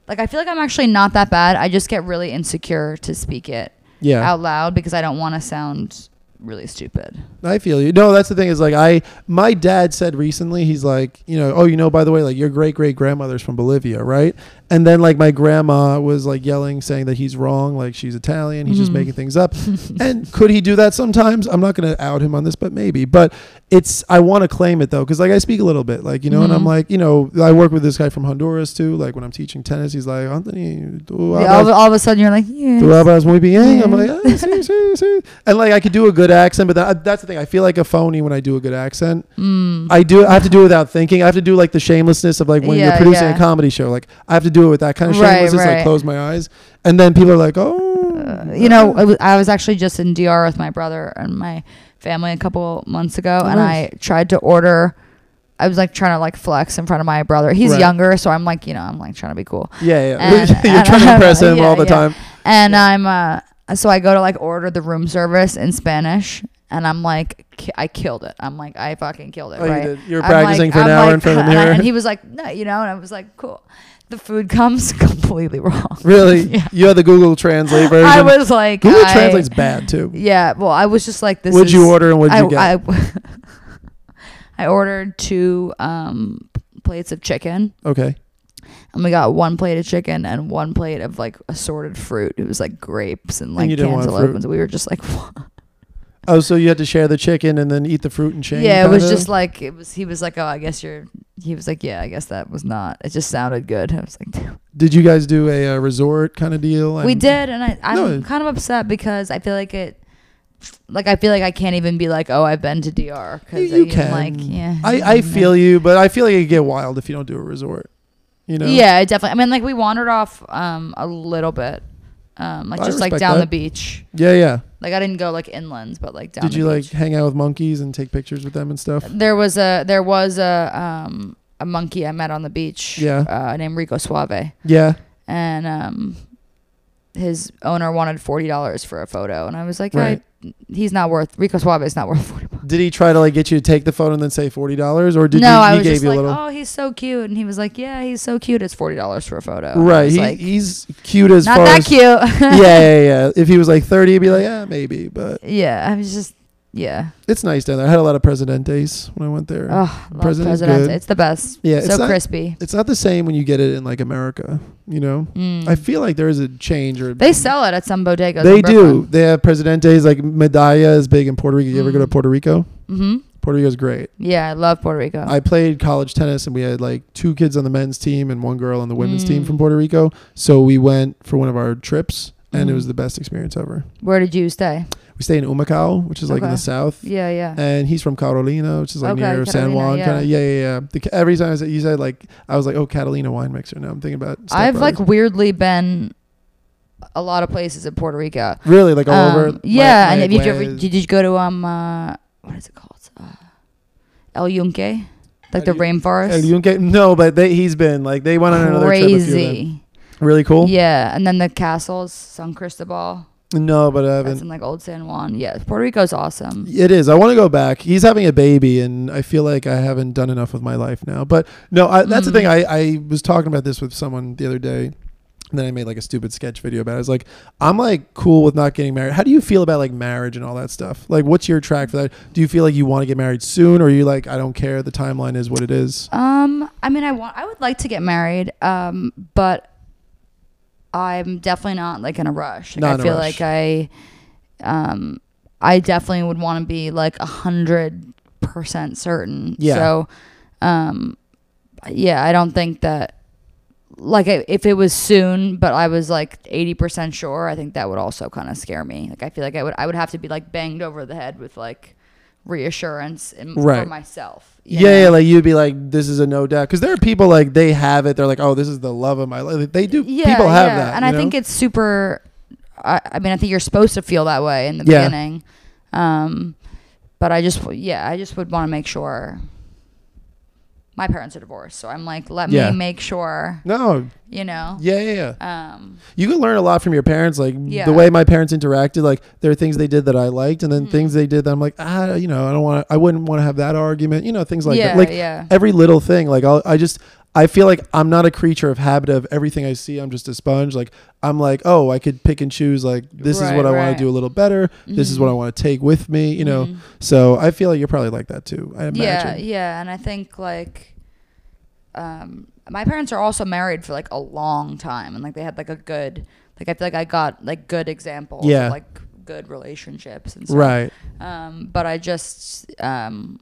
Speaker 2: Like I feel like I'm actually not that bad. I just get really insecure to speak it
Speaker 1: Yeah.
Speaker 2: out loud because I don't want to sound really stupid.
Speaker 1: I feel you. No, that's the thing is like I my dad said recently he's like, you know, oh, you know by the way, like your great great grandmother's from Bolivia, right? And then like my grandma was like yelling saying that he's wrong, like she's Italian, he's just
Speaker 2: Mhm.
Speaker 1: making things up. and could he do that sometimes? I'm not going to out him on this, but maybe. But it's I want to claim it though cuz like I speak a little bit, like, you know, and I'm
Speaker 2: Mhm.
Speaker 1: like, you know, I work with this guy from Honduras too, like when I'm teaching tennis, he's like, "Anthony, tú
Speaker 2: Yeah, all,
Speaker 1: hablas
Speaker 2: of- all of a sudden you're like, yeah.
Speaker 1: Tú hablas muy bien. I'm
Speaker 2: Yeah.
Speaker 1: like, ah, sí, sí, sí. and like I could do a good accent, but that, that's the thing. I feel like a phony when I do a good accent.
Speaker 2: Mm.
Speaker 1: I do. I have to do it without thinking. I have to do like the shamelessness of like when you're
Speaker 2: Yeah,
Speaker 1: producing
Speaker 2: yeah.
Speaker 1: a comedy show. Like I have to do it with that kind of
Speaker 2: Right,
Speaker 1: shamelessness. Like
Speaker 2: right.
Speaker 1: close my eyes, and then people are like, oh,
Speaker 2: Uh, you know, I was, I was actually just in DR with my brother and my family a couple months ago,
Speaker 1: Oh,
Speaker 2: and
Speaker 1: nice.
Speaker 2: I tried to order. I was like trying to like flex in front of my brother. He's
Speaker 1: Right.
Speaker 2: younger, so I'm like, you know, I'm like trying to be cool.
Speaker 1: yeah, yeah.
Speaker 2: and-
Speaker 1: you're
Speaker 2: and
Speaker 1: trying to
Speaker 2: I'm-
Speaker 1: impress him
Speaker 2: uh, yeah,
Speaker 1: all the
Speaker 2: yeah.
Speaker 1: time.
Speaker 2: And I'm uh, so I go to like order the room service in Spanish, and I'm like, ki- I killed it. I'm like, I fucking killed it,
Speaker 1: Oh, you
Speaker 2: right?
Speaker 1: did- you were
Speaker 2: I'm
Speaker 1: practicing
Speaker 2: like-
Speaker 1: for an
Speaker 2: I'm
Speaker 1: hour
Speaker 2: like,
Speaker 1: in front of the
Speaker 2: and I-
Speaker 1: mirror.
Speaker 2: and he was like, no, you know, and I was like, cool. The food comes completely wrong.
Speaker 1: Really,
Speaker 2: Yeah.
Speaker 1: you had the Google Translate version.
Speaker 2: I was like,
Speaker 1: Google
Speaker 2: I-
Speaker 1: Translate's bad too.
Speaker 2: Yeah, well, I was just like, this.
Speaker 1: What'd
Speaker 2: is,
Speaker 1: you order and what'd
Speaker 2: I,
Speaker 1: you get?
Speaker 2: I, I ordered two um, plates of chicken.
Speaker 1: okay,
Speaker 2: And we got one plate of chicken and one plate of like assorted fruit. It was like grapes and like
Speaker 1: you didn't want
Speaker 2: cantaloupes. We were just like,
Speaker 1: oh, so you had to share the chicken and then eat the fruit and change.
Speaker 2: yeah, it was
Speaker 1: kinda?
Speaker 2: just like it was. He was like, oh, I guess you're. He was like, yeah, I guess that was not. It just sounded good. I was like, Damn.
Speaker 1: Did you guys do a, uh resort kind of deal?
Speaker 2: we
Speaker 1: And-
Speaker 2: did, and I, I'm
Speaker 1: No.
Speaker 2: kind of upset because I feel like it. Like I feel like I can't even be like, oh, I've been to DR because
Speaker 1: You
Speaker 2: I'm
Speaker 1: can.
Speaker 2: like, yeah.
Speaker 1: I, I
Speaker 2: mm,
Speaker 1: feel you, but I feel like it could get wild if you don't do a resort. You know?
Speaker 2: Yeah, definitely. I mean, like we wandered off um a little bit, um like
Speaker 1: I
Speaker 2: just like
Speaker 1: respect
Speaker 2: down
Speaker 1: that.
Speaker 2: the beach.
Speaker 1: Yeah, yeah.
Speaker 2: Like I didn't go like inlands, but like down.
Speaker 1: Did
Speaker 2: the
Speaker 1: you like
Speaker 2: beach.
Speaker 1: hang out with monkeys and take pictures with them and stuff?
Speaker 2: There was a there was a um a monkey I met on the beach.
Speaker 1: Yeah.
Speaker 2: Uh, named Rico Suave,
Speaker 1: Yeah.
Speaker 2: and um, his owner wanted forty dollars for a photo, and I was like,
Speaker 1: Right.
Speaker 2: I, he's not worth Rico Suave is not worth forty. bucks.
Speaker 1: Did he try to like get you to take the photo and then say forty dollars, or did
Speaker 2: no,
Speaker 1: you, he
Speaker 2: I was
Speaker 1: gave
Speaker 2: just
Speaker 1: you
Speaker 2: like,
Speaker 1: a little?
Speaker 2: oh, he's so cute, and he was like, yeah, he's so cute. It's forty dollars for a photo. And I
Speaker 1: right.
Speaker 2: was
Speaker 1: He,
Speaker 2: like,
Speaker 1: he's cute as
Speaker 2: not
Speaker 1: far
Speaker 2: that
Speaker 1: as
Speaker 2: cute.
Speaker 1: yeah, yeah, yeah. If he was like thirty, he'd be like, yeah, maybe. But
Speaker 2: yeah, I was just yeah.
Speaker 1: it's nice down there. I had a lot of presidentes when I went there.
Speaker 2: Oh, love
Speaker 1: President's
Speaker 2: Presidente.
Speaker 1: good.
Speaker 2: It's the best.
Speaker 1: Yeah, it's
Speaker 2: so
Speaker 1: not-
Speaker 2: crispy.
Speaker 1: It's not the same when you get it in like America. You know,
Speaker 2: Mm.
Speaker 1: I feel like there is a change or
Speaker 2: they sell it at some bodegas.
Speaker 1: They do. They have presidentes like Medalla is big in Puerto Rico. You ever go to
Speaker 2: Mm.
Speaker 1: Puerto Rico?
Speaker 2: hmm
Speaker 1: Puerto Rico's great.
Speaker 2: Yeah, I love Puerto Rico.
Speaker 1: I played college tennis and we had like two kids on the men's team and one girl on the women's team
Speaker 2: Mm.
Speaker 1: from Puerto Rico. So we went for one of our trips and it
Speaker 2: Mm.
Speaker 1: was the best experience ever.
Speaker 2: Where did you stay?
Speaker 1: We stay in Humacao, which is like in
Speaker 2: Okay.
Speaker 1: the south.
Speaker 2: Yeah, yeah.
Speaker 1: And he's from Carolina, which is like
Speaker 2: Okay,
Speaker 1: near San
Speaker 2: Carolina,
Speaker 1: Juan.
Speaker 2: yeah.
Speaker 1: Kind of, yeah, yeah, yeah. The, every time I said, you said like, I was like, oh, Catalina wine mixer. Now I'm thinking about. Step
Speaker 2: I've like
Speaker 1: Brothers.
Speaker 2: weirdly been a lot of places in Puerto Rico.
Speaker 1: really like all
Speaker 2: Um,
Speaker 1: over.
Speaker 2: Yeah,
Speaker 1: La-
Speaker 2: and if you ever
Speaker 1: Mayagüez.
Speaker 2: did you go to um uh, what is it called? Uh, El Yunque, like the
Speaker 1: El Yun-
Speaker 2: rainforest.
Speaker 1: El Yunque- no, but they, he's been like they went on another trip. with you then.
Speaker 2: Crazy.
Speaker 1: Really cool.
Speaker 2: Yeah, and then the castles, San Cristobal.
Speaker 1: No, but I
Speaker 2: That's
Speaker 1: haven't.
Speaker 2: in like old San Juan. Yeah, Puerto Rico's awesome.
Speaker 1: It is. I want to go back. He's having a baby, and I feel like I haven't done enough with my life now. But no, I, that's the thing.
Speaker 2: Mm.
Speaker 1: I, I was talking about this with someone the other day. And then I made like a stupid sketch video about it. I was like, I'm like cool with not getting married. How do you feel about like marriage and all that stuff? Like, what's your track for that? Do you feel like you want to get married soon, or are you like, I don't care? The timeline is what it is.
Speaker 2: Um, I mean, I want, I would like to get married, um, but I'm definitely not like in a rush. Like,
Speaker 1: Not
Speaker 2: I
Speaker 1: in a
Speaker 2: feel
Speaker 1: rush.
Speaker 2: like I, um, I definitely would want to be like a hundred percent certain.
Speaker 1: Yeah.
Speaker 2: So, um, yeah, I don't think that. Like I- if it was soon, but I was like eighty percent sure, I think that would also kind of scare me. Like I feel like I would I would have to be like banged over the head with like reassurance in,
Speaker 1: Right.
Speaker 2: for myself. you
Speaker 1: Yeah,
Speaker 2: know?
Speaker 1: yeah, like you'd be like, this is a no doubt. Because there are people like they have it. They're like, oh, this is the love of my life. They do. people have that.
Speaker 2: And
Speaker 1: you
Speaker 2: I think
Speaker 1: know?
Speaker 2: it's super. I, I mean, I think you're supposed to feel that way in the
Speaker 1: Yeah.
Speaker 2: beginning. Um, but I just, w- yeah, I just would want to make sure. My parents are divorced, so I'm like, let
Speaker 1: Yeah.
Speaker 2: me make sure,
Speaker 1: no.
Speaker 2: you know.
Speaker 1: Yeah, yeah, yeah.
Speaker 2: Um,
Speaker 1: you can learn a lot from your parents like
Speaker 2: Yeah.
Speaker 1: the way my parents interacted like there are things they did that i liked and then things
Speaker 2: Mm-hmm.
Speaker 1: they did that i'm like ah you know i don't want to i wouldn't want to have that argument you know things like
Speaker 2: yeah,
Speaker 1: that like
Speaker 2: yeah,
Speaker 1: every little thing like I'll, i just i feel like i'm not a creature of habit of everything i see i'm just a sponge like i'm like oh i could pick and choose like this is
Speaker 2: Right,
Speaker 1: what i want
Speaker 2: right. Mm-hmm.
Speaker 1: to do a little better this is what i want to take with me you know so i feel like you're probably like that too i
Speaker 2: yeah,
Speaker 1: imagine
Speaker 2: yeah. And I think like, um, my parents are also married for like a long time, and like they had like a good, like I feel like I got like good examples, of,
Speaker 1: Yeah.
Speaker 2: like good relationships and stuff.
Speaker 1: right
Speaker 2: um, but I just, um,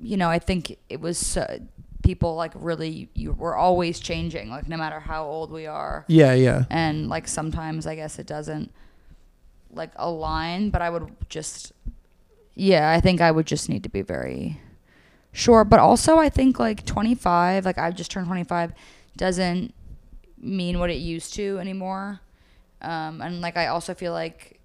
Speaker 2: you know, I think it was uh, people like really you were always changing, like no matter how old we are,
Speaker 1: yeah yeah
Speaker 2: and like sometimes I guess it doesn't like align. But I would just, yeah, I think I would just need to be very sure. But also, I think like 25, like I've just turned 25, doesn't mean what it used to anymore. Um, and like I also feel like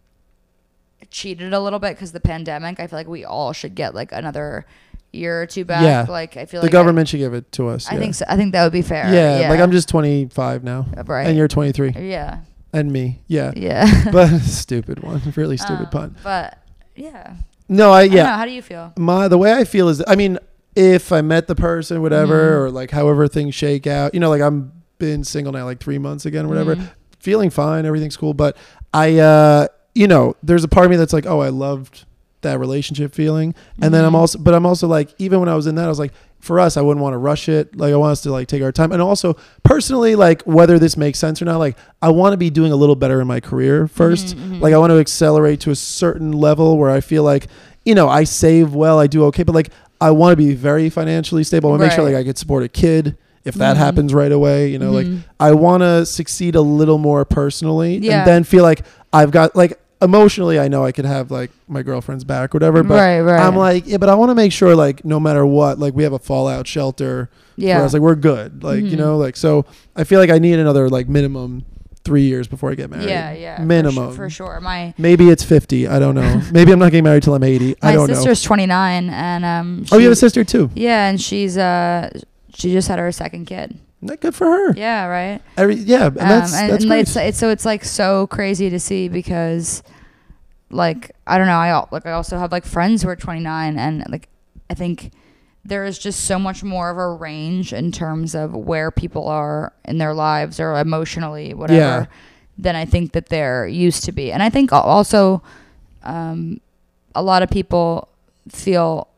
Speaker 2: cheated a little bit because the pandemic. I feel like we all should get like another year or two back.
Speaker 1: Yeah.
Speaker 2: Like I feel
Speaker 1: the
Speaker 2: like I-
Speaker 1: government should give it to us
Speaker 2: I,
Speaker 1: yeah.
Speaker 2: think so. I think that would be fair.
Speaker 1: yeah, like i'm just 25 now
Speaker 2: right.
Speaker 1: and you're 23
Speaker 2: yeah,
Speaker 1: and me yeah
Speaker 2: yeah.
Speaker 1: but stupid one, really stupid
Speaker 2: Um,
Speaker 1: pun.
Speaker 2: But yeah,
Speaker 1: No, I
Speaker 2: yeah.
Speaker 1: yeah.
Speaker 2: How do you feel?
Speaker 1: My the way I feel is, I mean, if I met the person, whatever, or like however things shake out, you know, like I'm been single now like three months again, whatever,
Speaker 2: Mhm.
Speaker 1: feeling fine, everything's cool. But I, uh, you know, there's a part of me that's like, oh, I loved that relationship feeling, and then I'm
Speaker 2: Mhm.
Speaker 1: also, but I'm also like, even when I was in that, I was like. For us, I wouldn't want to rush it. Like I want us to like take our time, and also personally, like whether this makes sense or not, like I want to be doing a little better in my career 1st
Speaker 2: Mhm, mhm.
Speaker 1: like I want to accelerate to a certain level where I feel like, you know, I save well, I do okay, but like I want to be very financially stable. I want to make sure
Speaker 2: Right.
Speaker 1: like I could support a kid if that
Speaker 2: Mhm.
Speaker 1: happens right away. You know, like
Speaker 2: Mhm.
Speaker 1: I want to succeed a little more personally,
Speaker 2: Yeah.
Speaker 1: and then feel like I've got like emotionally, I know I could have like my girlfriend's back, or whatever. But
Speaker 2: right, right.
Speaker 1: I'm like, yeah, but I want to make sure like no matter what, like we have a fallout shelter. Yeah.
Speaker 2: yeah,
Speaker 1: like we're good. Like, you
Speaker 2: Mhm.
Speaker 1: know, like so I feel like I need another like minimum three years before I get married.
Speaker 2: yeah, yeah. for su-
Speaker 1: Minimum.
Speaker 2: for sure. My
Speaker 1: Maybe it's 50. I don't know. Maybe I'm not getting married till I'm 80. I
Speaker 2: my
Speaker 1: don't know.
Speaker 2: sister's 29, and um,
Speaker 1: Oh, you have a
Speaker 2: she-
Speaker 1: sister too.
Speaker 2: yeah, and she's uh, she just had her second kid.
Speaker 1: Not good for her.
Speaker 2: Yeah, right.
Speaker 1: Every, yeah, and that's,
Speaker 2: um, and,
Speaker 1: that's
Speaker 2: and
Speaker 1: great.
Speaker 2: it's, it's so it's like so crazy to see because like i don't know i al- like i also have like friends who are 29 and like i think there is just so much more of a range in terms of where people are in their lives or emotionally whatever
Speaker 1: Yeah.
Speaker 2: than i think that there used to be and i think al- also um, a lot of people feel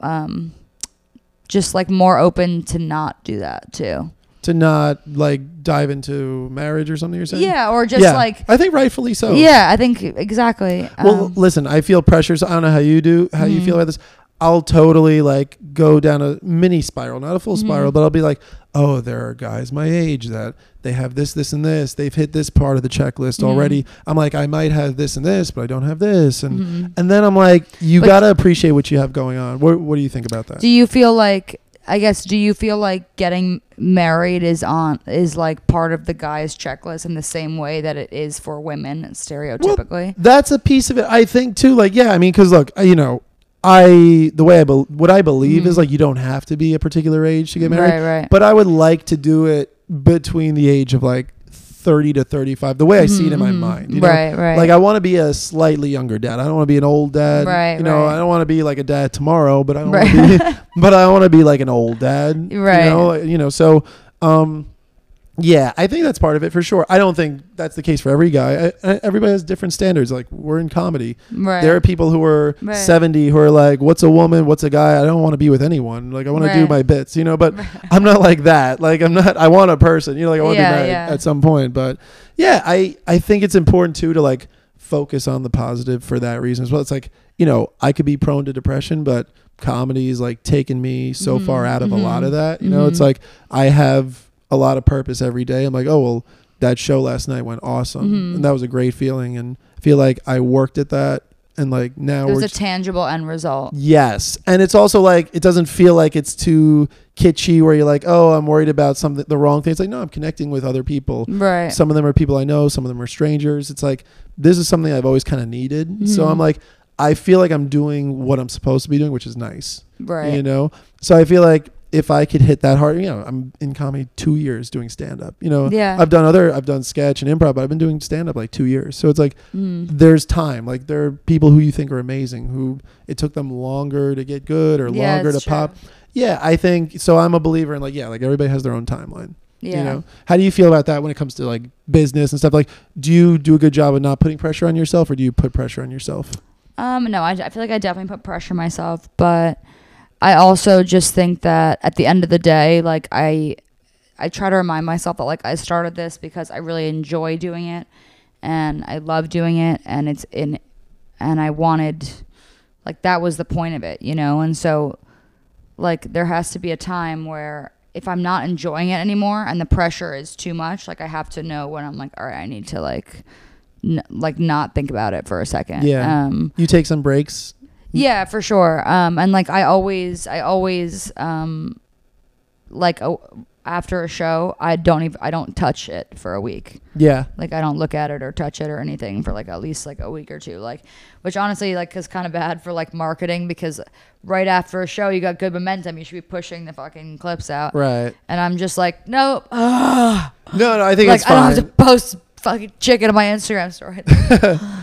Speaker 2: um, just like more open to not do that too
Speaker 1: to not like dive into marriage or something you're saying?
Speaker 2: yeah or just
Speaker 1: Yeah.
Speaker 2: like
Speaker 1: I think rightfully so.
Speaker 2: yeah, I think exactly.
Speaker 1: Well,
Speaker 2: um,
Speaker 1: listen, I feel pressure. So I don't know how you do, how you
Speaker 2: Mhm.
Speaker 1: feel about this. I'll totally like go down a mini spiral, not a full spiral,
Speaker 2: Mhm.
Speaker 1: but I'll be like, oh, there are guys my age that they have this, this, and this. They've hit this part of the checklist
Speaker 2: Mhm.
Speaker 1: already. I'm like, I might have this and this, but I don't have this. And
Speaker 2: mhm.
Speaker 1: And then I'm like, you
Speaker 2: But-
Speaker 1: got to appreciate what you have going on. What, what do you think about that?
Speaker 2: do you feel like I guess do you feel like getting married is on is like part of the guy's checklist in the same way that it is for women stereotypically?
Speaker 1: That's a piece of it. I think too, like, yeah, I mean, cause look, I- you know, I, the way I, bel what I believe is
Speaker 2: Mhm.
Speaker 1: like, you don't have to be a particular age to get married,
Speaker 2: right, right.
Speaker 1: but I would like to do it between the age of like 30 to 35, the way I see it in my
Speaker 2: Mhm,
Speaker 1: mind. You know?
Speaker 2: Right, right.
Speaker 1: Like I want to be a slightly younger dad. I don't want to be an old dad.
Speaker 2: Right,
Speaker 1: You know,
Speaker 2: right.
Speaker 1: I don't want to be like a dad tomorrow, but I don't
Speaker 2: Right.
Speaker 1: want to be, but I want to be like an old dad.
Speaker 2: Right.
Speaker 1: You know, like, you know, so, um, yeah, I think that's part of it for sure. I don't think that's the case for every guy. I, I, everybody has different standards. Like we're in comedy.
Speaker 2: right.
Speaker 1: There are people who are
Speaker 2: Right.
Speaker 1: 70 who are like, what's a woman? What's a guy? I don't want to be with anyone. Like, I want to do
Speaker 2: Right.
Speaker 1: my bits, you know, but I'm not like that. Like, I'm not, I want a person, you know, like I want to
Speaker 2: Yeah,
Speaker 1: be married
Speaker 2: yeah.
Speaker 1: at some point. But yeah, I, I think it's important too to like focus on the positive for that reason as well. It's like, you know, I could be prone to depression, but comedy is like taking me so
Speaker 2: Mhm,
Speaker 1: far out of
Speaker 2: mhm,
Speaker 1: a lot of that. You know, it's
Speaker 2: mhm.
Speaker 1: like I have a lot of purpose every day. I'm like, oh, well, that show last night went awesome.
Speaker 2: Mhm.
Speaker 1: And that was a great feeling. And I feel like I worked at that. And like now
Speaker 2: There's
Speaker 1: we're
Speaker 2: a tangible end result.
Speaker 1: Yes. And it's also like it doesn't feel like it's too kitschy where you're like, "Oh, I'm worried about something the wrong thing." It's like, "No, I'm connecting with other people."
Speaker 2: Right.
Speaker 1: Some of them are people I know, some of them are strangers. It's like this is something I've always kind of needed. So
Speaker 2: Mhm.
Speaker 1: I'm like I feel like I'm doing what I'm supposed to be doing, which is nice.
Speaker 2: right.
Speaker 1: You know? So I feel like if I could hit that hard, you know, I'm in comedy 2 years doing stand up. You know,
Speaker 2: Yeah.
Speaker 1: I've done other I've done sketch and improv, but I've been doing stand up like 2 years. So it's like
Speaker 2: Mhm.
Speaker 1: there's time. Like there are people who you think are amazing who it took them longer to get good or
Speaker 2: Yeah,
Speaker 1: longer to
Speaker 2: it's
Speaker 1: pop.
Speaker 2: true.
Speaker 1: Yeah, I think so. I'm a believer in like yeah, like everybody has their own timeline.
Speaker 2: Yeah.
Speaker 1: You know, how do you feel about that when it comes to like business and stuff? Like, do you do a good job of not putting pressure on yourself, or do you put pressure on yourself?
Speaker 2: Um, no, I, I feel like I definitely put pressure on myself, but I also just think that at the end of the day, like I, I try to remind myself that like I started this because I really enjoy doing it, and I love doing it, and it's in, and I wanted, like that was the point of it, you know, and so, like there has to be a time where if I'm not enjoying it anymore and the pressure is too much, like I have to know when I'm like, all right, I need to like. N- like not think about it for a second
Speaker 1: Yeah.
Speaker 2: um
Speaker 1: You take some breaks.
Speaker 2: yeah, for sure. Um, and like I always, I always, um, like a, after a show, I don't even, I don't touch it for a week.
Speaker 1: Yeah,
Speaker 2: Like I don't look at it or touch it or anything for like at least like a week or two. Like, which honestly, like, is kind of bad for like marketing because right after a show, you got good momentum. You should be pushing the fucking clips out.
Speaker 1: right.
Speaker 2: And I'm just like, nope. Ugh.
Speaker 1: No, no, I think
Speaker 2: Like
Speaker 1: it's
Speaker 2: I don't
Speaker 1: fine.
Speaker 2: have to post fucking chicken on my Instagram story.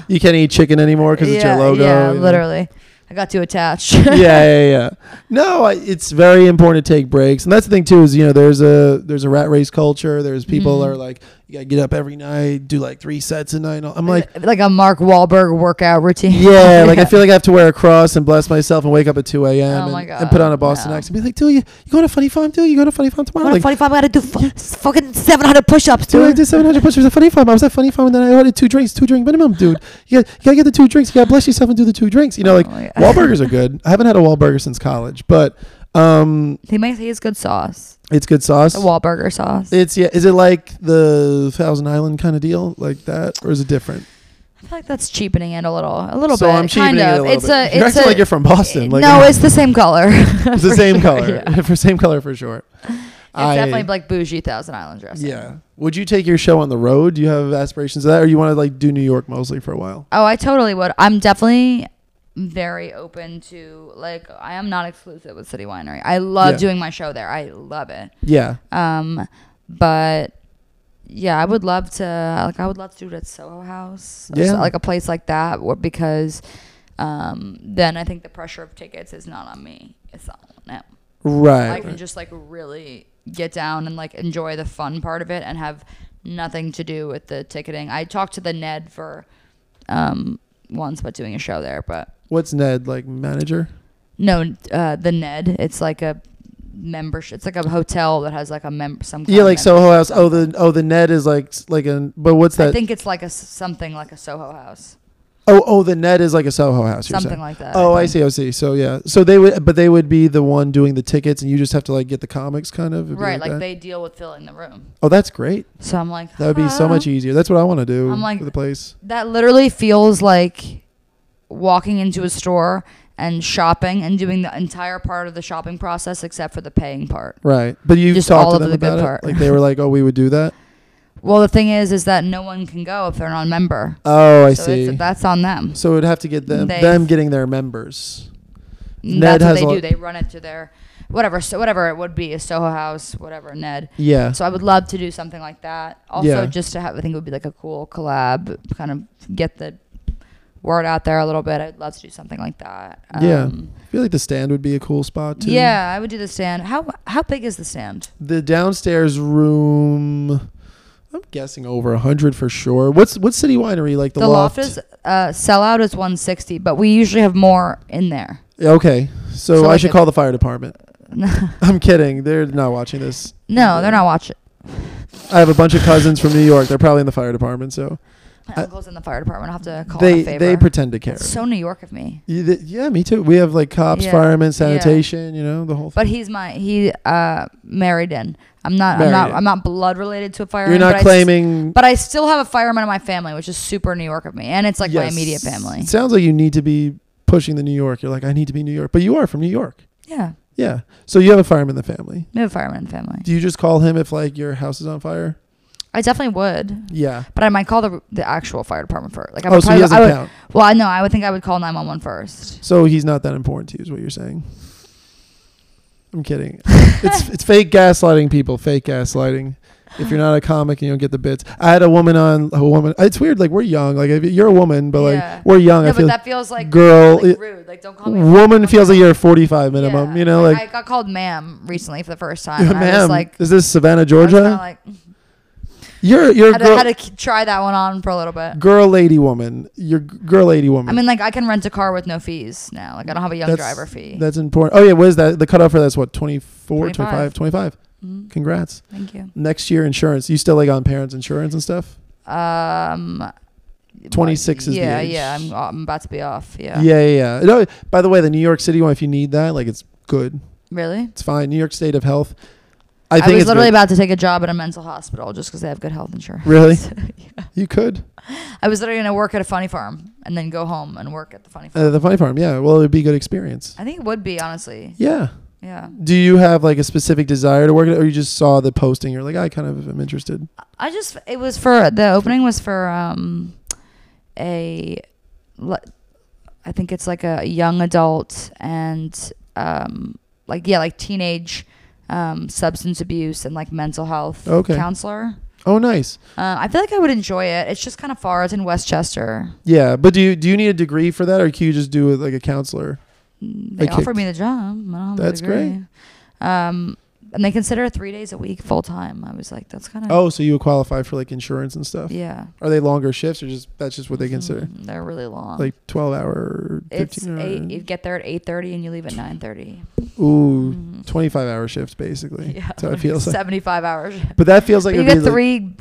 Speaker 1: you can't eat chicken anymore because it's your logo.
Speaker 2: Yeah,
Speaker 1: you know?
Speaker 2: literally. I got too attached.
Speaker 1: yeah, yeah, yeah. No, I, it's very important to take breaks, and that's the thing too. Is you know, there's a there's a rat race culture. There's people
Speaker 2: Mm-hmm.
Speaker 1: that are like, you gotta get up every night, do like three sets a night. I'm like,
Speaker 2: like a Mark Wahlberg workout routine.
Speaker 1: yeah, like I feel like I have to wear a cross and bless myself and wake up at 2 a.m.
Speaker 2: Oh
Speaker 1: and,
Speaker 2: my
Speaker 1: and put
Speaker 2: God,
Speaker 1: on a Boston
Speaker 2: no.
Speaker 1: accent. Be like, do you you go to Funny Farm? Do you go to Funny Farm tomorrow?
Speaker 2: Like,
Speaker 1: Like,
Speaker 2: 45, I gotta do f- fucking 700 push ups,
Speaker 1: dude, I
Speaker 2: dude.
Speaker 1: did 700 push-ups at Funny Farm. I was at Funny Farm and then I ordered two drinks, two drink minimum, dude. You gotta, you gotta get the two drinks. You gotta bless yourself and do the two drinks. You know, like
Speaker 2: Oh my God.
Speaker 1: Wahlburgers are good. I haven't had a Wahlburger since college, but um,
Speaker 2: He makes he has good sauce.
Speaker 1: it's good sauce.
Speaker 2: The Wahlburger sauce.
Speaker 1: It's yeah. Is it like the Thousand Island kind of deal, like that, or is it different?
Speaker 2: I feel like that's cheapening it a little. A little
Speaker 1: so
Speaker 2: bit.
Speaker 1: I'm cheapening
Speaker 2: kind
Speaker 1: it
Speaker 2: of.
Speaker 1: a little
Speaker 2: it's
Speaker 1: bit.
Speaker 2: a. It's
Speaker 1: you're acting
Speaker 2: a,
Speaker 1: like you're from Boston. Like
Speaker 2: no, it's the same color.
Speaker 1: it's the
Speaker 2: For
Speaker 1: same
Speaker 2: sure,
Speaker 1: color.
Speaker 2: yeah.
Speaker 1: for same color for sure.
Speaker 2: It's definitely like bougie Thousand Island dressing.
Speaker 1: yeah. Would you take your show on the road? Do you have aspirations of that, or you want to like do New York mostly for a while?
Speaker 2: Oh, I totally would. I'm definitely very open to like I am not exclusive with City Winery. I love
Speaker 1: Yeah.
Speaker 2: doing my show there. I love it.
Speaker 1: Yeah.
Speaker 2: Um, but yeah, I would love to like I would love to do it at Soho House, or
Speaker 1: Yeah.
Speaker 2: so- like a place like that, wh- because um, then I think the pressure of tickets is not on me; it's on them. I
Speaker 1: Right.
Speaker 2: can just like really get down and like enjoy the fun part of it and have nothing to do with the ticketing. I talked to the Ned for um, once about doing a show there, but
Speaker 1: What's Ned like manager?
Speaker 2: no, uh, the Ned. It's like a membership. It's like a hotel that has like a mem some. Kind
Speaker 1: yeah,
Speaker 2: of
Speaker 1: like Soho
Speaker 2: membership
Speaker 1: House. Oh, the oh the Ned is like s- like an but what's
Speaker 2: I
Speaker 1: that?
Speaker 2: think it's like a s- something like a Soho House,
Speaker 1: Oh oh the Ned is like a Soho House. You're
Speaker 2: something
Speaker 1: saying.
Speaker 2: like that.
Speaker 1: Oh, I
Speaker 2: think.
Speaker 1: see. I see. So yeah, so they would, but they would be the one doing the tickets, and you just have to like get the comics, kind of. It'd be
Speaker 2: Right, like
Speaker 1: that.
Speaker 2: they deal with filling the room.
Speaker 1: Oh, that's great.
Speaker 2: So I'm like,
Speaker 1: That would be so
Speaker 2: "Huh?"
Speaker 1: much e-, easier. That's what I want to do.
Speaker 2: Uh-huh. I'm like-
Speaker 1: with the place.
Speaker 2: That literally feels like walking into a store and shopping and doing the entire part of the shopping process except for the paying part.
Speaker 1: Right, but you
Speaker 2: Just
Speaker 1: talked
Speaker 2: all
Speaker 1: to
Speaker 2: of
Speaker 1: them
Speaker 2: the good
Speaker 1: about it.
Speaker 2: part.
Speaker 1: Like they were like, "Oh, we would do that."
Speaker 2: Well, the thing is, is that no one can go if they're not a member.
Speaker 1: Oh, I
Speaker 2: so
Speaker 1: see.
Speaker 2: It's, that's on them.
Speaker 1: so it would have to get them
Speaker 2: They-
Speaker 1: them getting their members. Ned
Speaker 2: that's what
Speaker 1: has
Speaker 2: they
Speaker 1: a lot-
Speaker 2: do. They run it to their whatever, so whatever it would be, a Soho House, whatever, Ned.
Speaker 1: Yeah.
Speaker 2: So I would love to do something like that. Also,
Speaker 1: Yeah.
Speaker 2: just to have, I think it would be like a cool collab, kind of get the word out there a little bit. I'd love to do something like that. Um,
Speaker 1: Yeah. I feel like the stand would be a cool spot too.
Speaker 2: Yeah, I would do the stand. How how big is the stand?
Speaker 1: The downstairs room. I'm guessing over a hundred for sure. What's what's City Winery like? The,
Speaker 2: The, loft. is uh, sellout is 160, but we usually have more in there.
Speaker 1: okay. So,
Speaker 2: So,
Speaker 1: I
Speaker 2: like,
Speaker 1: should
Speaker 2: a-
Speaker 1: call the fire department. I'm kidding. They're not watching this.
Speaker 2: No, they're not watching.
Speaker 1: I have a bunch of cousins from New York. They're probably in the fire department, so
Speaker 2: My
Speaker 1: I-
Speaker 2: uncle's in the fire department. I'll have to call
Speaker 1: they
Speaker 2: in a favor.
Speaker 1: they pretend to care.
Speaker 2: It's so New York of me.
Speaker 1: You- th- yeah, me too. We have like cops,
Speaker 2: Yeah.
Speaker 1: firemen,
Speaker 2: Yeah.
Speaker 1: sanitation. You know the whole.
Speaker 2: But
Speaker 1: thing.
Speaker 2: he's my he uh married in. I'm not
Speaker 1: Married
Speaker 2: I'm not
Speaker 1: in.
Speaker 2: I'm not blood related to a fireman.
Speaker 1: You're
Speaker 2: but I
Speaker 1: not
Speaker 2: s-
Speaker 1: claiming.
Speaker 2: but I still have a fireman in my family, which is super New York of me, and it's like my
Speaker 1: Yes.
Speaker 2: immediate family.
Speaker 1: It sounds like you need to be pushing the New York. You're like, I need to be New York, but you are from New York.
Speaker 2: Yeah,
Speaker 1: Yeah. So you have a fireman in the family.
Speaker 2: we have a fireman in the family.
Speaker 1: Do you just call him if like your house is on fire?
Speaker 2: I definitely would,
Speaker 1: Yeah.
Speaker 2: but I might call the the actual fire department first. Like I
Speaker 1: oh,
Speaker 2: would
Speaker 1: so he
Speaker 2: probably,
Speaker 1: doesn't
Speaker 2: I would,
Speaker 1: count.
Speaker 2: Well, I know I would think I would call 911 first.
Speaker 1: So he's not that important to you, is what you're saying. I'm kidding. it's it's fake gaslighting, people. Fake gaslighting. If you're not a comic and you don't get the bits, I had a woman on a woman. It's weird. Like we're young. Like if you're a woman, but
Speaker 2: Yeah.
Speaker 1: like we're young. Oh, I
Speaker 2: no,
Speaker 1: feel
Speaker 2: but
Speaker 1: like
Speaker 2: that feels like
Speaker 1: girl.
Speaker 2: like,
Speaker 1: it-
Speaker 2: rude. Like don't call me. a
Speaker 1: woman
Speaker 2: fucking
Speaker 1: feels like you're 45 minimum.
Speaker 2: Yeah.
Speaker 1: You know, like,
Speaker 2: I got called ma'am recently for the first time. and I
Speaker 1: ma'am,
Speaker 2: was like,
Speaker 1: is this Savannah,
Speaker 2: I was
Speaker 1: Georgia?
Speaker 2: kinda like
Speaker 1: you're you're a
Speaker 2: had to,
Speaker 1: girl,
Speaker 2: had to k- try that one on for a little bit.
Speaker 1: girl, lady, woman. You're g- girl, lady, woman.
Speaker 2: I mean, like I can rent a car with no fees now. Like I don't have a young
Speaker 1: That's-
Speaker 2: driver fee.
Speaker 1: That's important. Oh yeah, what is that? The cutoff for that's what 24, 25,
Speaker 2: 25.
Speaker 1: 25.
Speaker 2: Mhm.
Speaker 1: Congrats.
Speaker 2: Thank you.
Speaker 1: Next year insurance. You still like on parents insurance and stuff?
Speaker 2: Um,
Speaker 1: 26 is the
Speaker 2: yeah,
Speaker 1: age.
Speaker 2: yeah. I'm, I'm about to be off. Yeah.
Speaker 1: Yeah, yeah, yeah. No, by the way, the New York City one if you need that, like it's good.
Speaker 2: Really?
Speaker 1: It's fine. New York State of Health.
Speaker 2: I,
Speaker 1: I think
Speaker 2: was
Speaker 1: it's
Speaker 2: literally
Speaker 1: good.
Speaker 2: about to take a job at a mental hospital just because they have good health insurance.
Speaker 1: Really? you could.
Speaker 2: I was literally gonna work at a funny farm and then go home and work at the funny farm.
Speaker 1: Uh, the funny farm. Yeah. Well, it would be a good experience.
Speaker 2: I think it would be honestly.
Speaker 1: Yeah.
Speaker 2: Yeah.
Speaker 1: Do you have like a specific desire to work at it or you just saw the posting you're like I kind of am interested.
Speaker 2: I just it was for the opening was for um a le- I think it's like a young adult and um like yeah like teenage um substance abuse and like mental health
Speaker 1: Okay.
Speaker 2: counselor.
Speaker 1: Oh, nice.
Speaker 2: Uh, I feel like I would enjoy it. It's just kind of far. It's in Westchester.
Speaker 1: Yeah, but do you do you need a degree for that or can you just do it like a counselor?
Speaker 2: Mm, They
Speaker 1: I
Speaker 2: offered
Speaker 1: kicked.
Speaker 2: me the job. I don't have a
Speaker 1: That's
Speaker 2: degree.
Speaker 1: great.
Speaker 2: Um, and they consider it three days a week full time. I was like, that's kind of
Speaker 1: Oh, so you would qualify for like insurance and stuff.
Speaker 2: Mm. yeah.
Speaker 1: Are they longer shifts or just that's just what they consider?
Speaker 2: Mm, They're really long.
Speaker 1: Like 12 hour,
Speaker 2: it's
Speaker 1: 15
Speaker 2: eight, you
Speaker 1: hour.
Speaker 2: get there at eight thirty and you leave at nine thirty. Mm-hmm.
Speaker 1: Ooh, 25 hour shifts basically.
Speaker 2: Yeah,
Speaker 1: That's how it feels like.
Speaker 2: seventy five hours.
Speaker 1: But that feels
Speaker 2: But
Speaker 1: like
Speaker 2: you
Speaker 1: it'd
Speaker 2: get
Speaker 1: be, like-
Speaker 2: three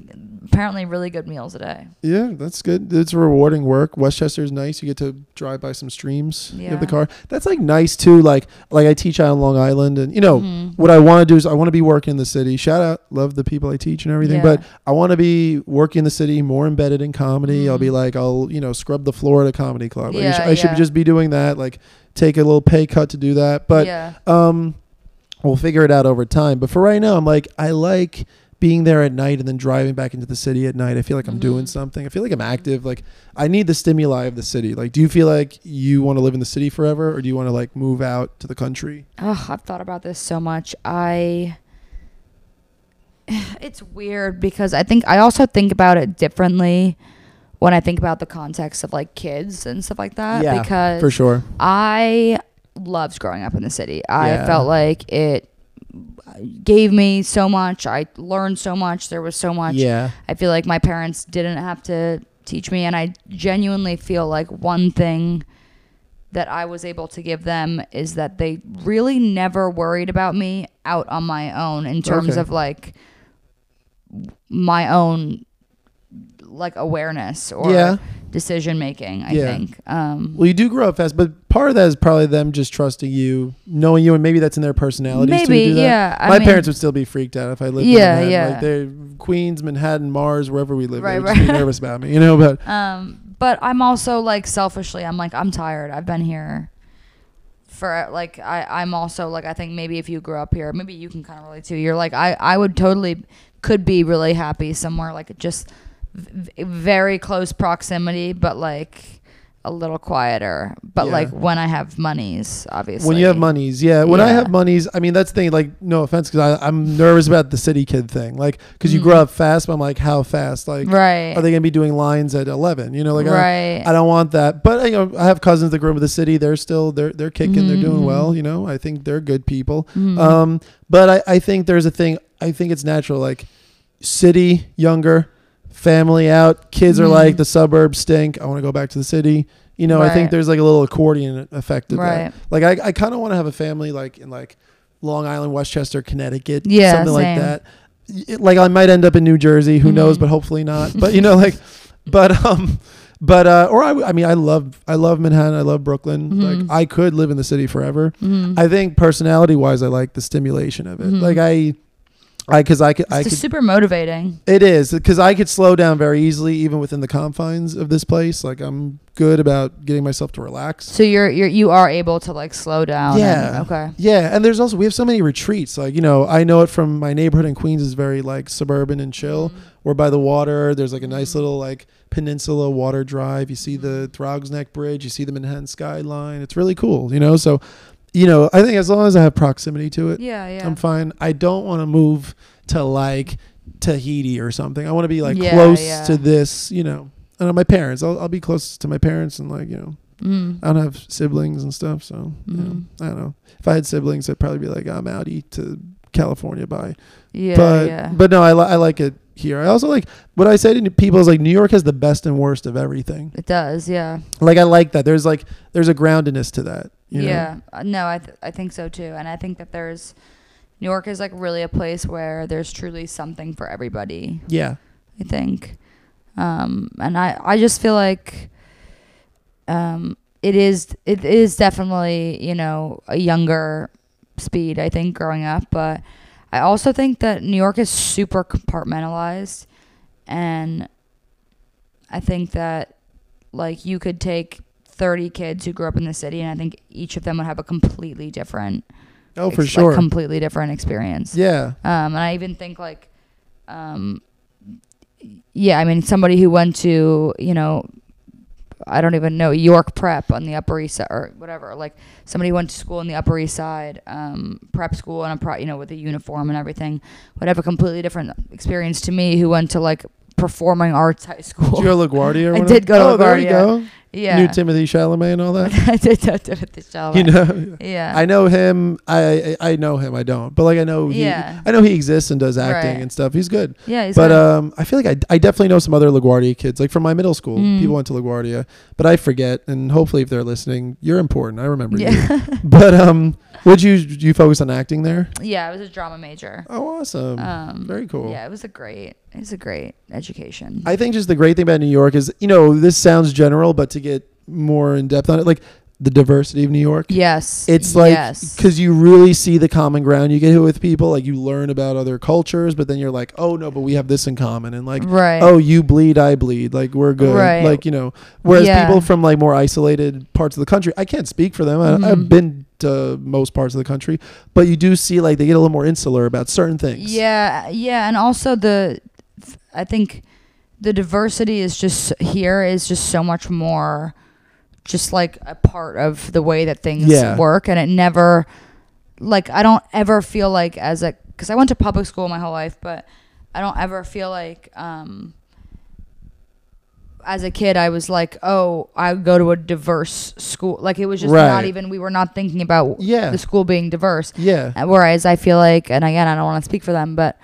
Speaker 2: apparently really good meals a day.
Speaker 1: yeah, that's good. It's rewarding work. Westchester's nice. You get to drive by some streams. You have the
Speaker 2: Yeah.
Speaker 1: car. That's like nice too. Like like I teach out on Long Island and you know,
Speaker 2: Mhm.
Speaker 1: what I want to do is I want to be working in the city. Shout out, love the people I teach and everything,
Speaker 2: Yeah.
Speaker 1: but I want to be working in the city, more embedded in comedy. I'll be like, I'll you know scrub the floor at a comedy club. Like, I,
Speaker 2: Mm-hmm. Yeah,
Speaker 1: sh- I should
Speaker 2: yeah.
Speaker 1: just be doing that. Like take a little pay cut to do that, but
Speaker 2: yeah,
Speaker 1: um, we'll figure it out over time. But for right now, I'm like I like being there at night and then driving back into the city at night. I feel like I'm doing
Speaker 2: Mhm.
Speaker 1: something. I feel like I'm active. Like I need the stimuli of the city. Like, do you feel like you want to live in the city forever, or do you want to like move out to the country?
Speaker 2: Ugh, I've thought about this so much. I it's weird because I think I also think about it differently when I think about the context of like kids and stuff like that.
Speaker 1: Yeah,
Speaker 2: Uh, because
Speaker 1: For sure.
Speaker 2: I loved growing up in the city. I
Speaker 1: Yeah.
Speaker 2: felt like it gave me so much. I learned so much. There was so much.
Speaker 1: Yeah.
Speaker 2: I feel like my parents didn't have to teach me. And I genuinely feel like one thing that I was able to give them is that they really never worried about me out on my own in terms
Speaker 1: Okay.
Speaker 2: of like my own like awareness or
Speaker 1: Yeah.
Speaker 2: decision making i
Speaker 1: Yeah.
Speaker 2: think um
Speaker 1: Well, you do grow up fast, but part of that is probably them just trusting you, knowing you, and maybe that's in their personalities. too, to
Speaker 2: Maybe,
Speaker 1: do that.
Speaker 2: yeah. I
Speaker 1: My
Speaker 2: mean-
Speaker 1: parents would still be freaked out if I lived.
Speaker 2: Yeah,
Speaker 1: in Manhattan.
Speaker 2: yeah.
Speaker 1: Like they're Queens, Manhattan, Mars, wherever we live,
Speaker 2: Right,
Speaker 1: they would just be
Speaker 2: right.
Speaker 1: nervous about me, you know. But
Speaker 2: Um, but I'm also like selfishly, I'm like I'm tired. I've been here for like I I'm also like I think maybe if you grew up here, maybe you can kind of relate too. You're like I I would totally could be really happy somewhere like just v- very close proximity, but like a little quieter. But
Speaker 1: Yeah.
Speaker 2: like when I have monies, obviously.
Speaker 1: When you have monies, yeah. When I
Speaker 2: Yeah.
Speaker 1: have monies, I mean that's the thing. Like, no offense, because I'm nervous about the city kid thing. Like, because you grow up fast, but I'm like, how fast? Like,
Speaker 2: Mm. right?
Speaker 1: are they gonna be doing lines at 11? You know, like, I-
Speaker 2: right?
Speaker 1: I, don't want that. But you know, I have cousins that grew up in the city. They're still they're they're kicking. They're doing
Speaker 2: Mhm.
Speaker 1: well. You know, I think they're good people.
Speaker 2: Mhm.
Speaker 1: Um, but I, I think there's a thing. I think it's natural. Like, city younger, family out. Kids are
Speaker 2: Mhm.
Speaker 1: like the suburbs stink. I want to go back to the city. You know, I think
Speaker 2: Right.
Speaker 1: there's like a little accordion effect of that.
Speaker 2: right.
Speaker 1: Like I, I kind of want to have a family like in like Long Island, Westchester, Connecticut,
Speaker 2: Yeah,
Speaker 1: something like
Speaker 2: same.
Speaker 1: that. Y- it- like I might end up in New Jersey, who knows?
Speaker 2: Mhm.
Speaker 1: But hopefully not. But you know, like, but um, but uh, or I, w- I mean, I love, I love Manhattan, I love Brooklyn.
Speaker 2: Mhm.
Speaker 1: Like I could live in the city forever.
Speaker 2: Mhm.
Speaker 1: I think personality wise, I like the stimulation of it.
Speaker 2: Mhm.
Speaker 1: Like I, I because I could,
Speaker 2: it's
Speaker 1: I
Speaker 2: just
Speaker 1: could.
Speaker 2: super motivating.
Speaker 1: It is because I could slow down very easily, even within the confines of this place. Like I'm good about getting myself to relax.
Speaker 2: So you're you're you are able to like slow down. and-
Speaker 1: Yeah.
Speaker 2: okay.
Speaker 1: Yeah, and there's also we have so many retreats. Like you know, I know it from my neighborhood in Queens is very like suburban and chill.
Speaker 2: Mm-hmm.
Speaker 1: We're by the water. There's like a nice little like peninsula water drive. You see the
Speaker 2: Mm-hmm.
Speaker 1: Throgs Neck Bridge. You see the Manhattan skyline. It's really cool. You know, so you know, I think as long as I have proximity to it,
Speaker 2: Yeah. Yeah.
Speaker 1: I'm fine. I don't want to move to like Tahiti or something. I want to be like
Speaker 2: Yeah,
Speaker 1: close
Speaker 2: yeah.
Speaker 1: to this. You know, and my parents. I'll, I'll be close to my parents and like you know
Speaker 2: Mm.
Speaker 1: I don't have siblings and stuff, so you know,
Speaker 2: Mhm.
Speaker 1: I don't know. If I had siblings, I'd probably be like, I'm outie to California. Bye.
Speaker 2: Yeah.
Speaker 1: but
Speaker 2: yeah.
Speaker 1: but no, I, li- I like it here. I also like what I say to people is like New York has the best and worst of everything.
Speaker 2: it does. Yeah.
Speaker 1: Like I like that. There's like there's a groundedness to that. You know?
Speaker 2: Yeah. Uh, No, I th- I think so too, and I think that there's New York is like really a place where there's truly something for everybody.
Speaker 1: Yeah.
Speaker 2: I think, um, and I I just feel like, um, it is it is definitely you know a younger speed I think growing up, but I also think that New York is super compartmentalized, and I think that like you could take 30 kids who grew up in the city and I think each of them would have a completely different
Speaker 1: Oh, for
Speaker 2: ex- like,
Speaker 1: sure.
Speaker 2: completely different experience.
Speaker 1: yeah.
Speaker 2: Um, and I even think like, um, yeah, I mean, somebody who went to, you know, I don't even know York Prep on the Upper East Side or whatever. Like somebody who went to school on the Upper East Side, um, prep school, and a pro, you know, with a uniform and everything, would have a completely different experience to me who went to like performing arts high
Speaker 1: Did
Speaker 2: school.
Speaker 1: you go to LaGuardia? Or
Speaker 2: I
Speaker 1: whatever?
Speaker 2: did go to
Speaker 1: Oh, there you
Speaker 2: LaGuardia.
Speaker 1: go.
Speaker 2: yeah,
Speaker 1: New Timothy Chalamet and all that.
Speaker 2: I did that at the show.
Speaker 1: you know.
Speaker 2: yeah,
Speaker 1: I know him. I, I I know him. I don't, but like I know he.
Speaker 2: Yeah.
Speaker 1: I know he exists and does acting
Speaker 2: Right.
Speaker 1: and stuff. He's good.
Speaker 2: yeah, he's
Speaker 1: but
Speaker 2: good.
Speaker 1: um, I feel like I, I definitely know some other LaGuardia kids, like from my middle school.
Speaker 2: Mm.
Speaker 1: People went to LaGuardia, but I forget. And hopefully, if they're listening, you're important. I remember you.
Speaker 2: yeah,
Speaker 1: But um, would you did you focus on acting there?
Speaker 2: yeah, I was a drama major.
Speaker 1: Oh, awesome!
Speaker 2: um,
Speaker 1: Very cool.
Speaker 2: Yeah, it was a great, it was a great education.
Speaker 1: I think just the great thing about New York is you know this sounds general, but to get more in depth on it, like the diversity of New York.
Speaker 2: yes,
Speaker 1: It's like
Speaker 2: yes,
Speaker 1: because you really see the common ground you get with people. Like you learn about other cultures, but then you're like, oh no, but we have this in common, and like
Speaker 2: right,
Speaker 1: oh you bleed i bleed like we're good
Speaker 2: Right.
Speaker 1: like you know whereas
Speaker 2: Yeah.
Speaker 1: people from like more isolated parts of the country i can't speak for them I, i've
Speaker 2: Mhm.
Speaker 1: been to most parts of the country but you do see like they get a little more insular about certain things
Speaker 2: yeah, yeah, and also the, I think, the diversity is just here is just so much more, just like a part of the way that things
Speaker 1: Yeah.
Speaker 2: work, and it never, like I don't ever feel like as a, because I went to public school my whole life, but I don't ever feel like. um as a kid I was like, oh, I would go to a diverse school. Like it was just
Speaker 1: Right.
Speaker 2: not even we were not thinking about
Speaker 1: Yeah.
Speaker 2: the school being diverse.
Speaker 1: yeah
Speaker 2: Uh, Whereas I feel like, and again, I don't want to speak for them, but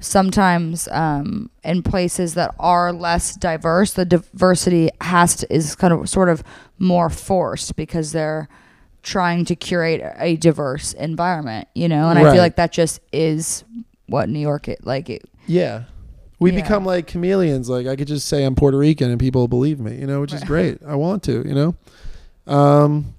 Speaker 2: sometimes um, in places that are less diverse, the diversity has to is kind of sort of more forced because they're trying to curate a diverse environment, you know. And I
Speaker 1: Right.
Speaker 2: feel like that just is what New York it like it.
Speaker 1: yeah we
Speaker 2: Yeah.
Speaker 1: become like chameleons like i could just say i'm puerto rican and people believe me you know which is great i want to you know um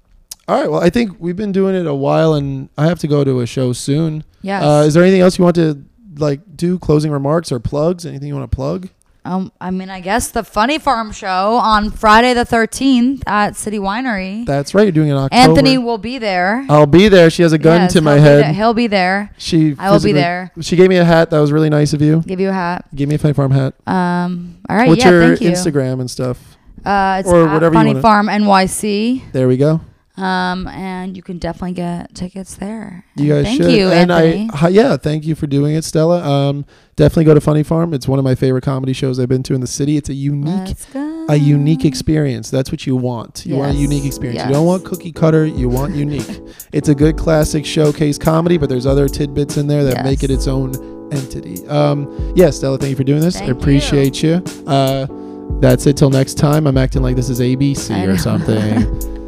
Speaker 1: all right well i think we've been doing it a while and i have to go to a show soon
Speaker 2: Yes.
Speaker 1: uh, is there anything else you want to like do closing remarks or plugs anything you want to plug
Speaker 2: um, I mean, I guess the Funny Farm show on Friday the thirteenth at City Winery.
Speaker 1: That's right. You're doing it in October.
Speaker 2: Anthony will be there.
Speaker 1: I'll be there. She has a gun
Speaker 2: Yes,
Speaker 1: to my
Speaker 2: he'll be there-
Speaker 1: head.
Speaker 2: He'll be there.
Speaker 1: She.
Speaker 2: I will be
Speaker 1: physically-
Speaker 2: there.
Speaker 1: She gave me a hat. That was really nice of you.
Speaker 2: Give you a hat.
Speaker 1: Give me a funny farm hat.
Speaker 2: Um. All right.
Speaker 1: What's
Speaker 2: yeah.
Speaker 1: your
Speaker 2: Thank you.
Speaker 1: Instagram and stuff?
Speaker 2: Uh, it's
Speaker 1: Or
Speaker 2: at
Speaker 1: whatever you
Speaker 2: Funny
Speaker 1: wanna-
Speaker 2: Farm NYC.
Speaker 1: There we go.
Speaker 2: Um, and you can definitely get tickets there.
Speaker 1: You
Speaker 2: And
Speaker 1: guys
Speaker 2: thank
Speaker 1: should.
Speaker 2: you,
Speaker 1: and
Speaker 2: Anthony.
Speaker 1: I, hi- yeah, thank you for doing it, Stella. Um, definitely go to Funny Farm. It's one of my favorite comedy shows I've been to in the city. It's a unique,
Speaker 2: Let's go.
Speaker 1: a unique experience. That's what you want. You want a
Speaker 2: Yes.
Speaker 1: unique experience. You
Speaker 2: Yes.
Speaker 1: don't want cookie cutter. You want unique. it's a good classic showcase comedy, but there's other tidbits in there that make it
Speaker 2: Yes.
Speaker 1: its own entity. Um, yeah, Stella, thank you for doing this.
Speaker 2: Thank
Speaker 1: I
Speaker 2: you.
Speaker 1: appreciate you. Uh, that's it till next time. I'm acting like this is
Speaker 2: I
Speaker 1: ABC
Speaker 2: know.
Speaker 1: or something.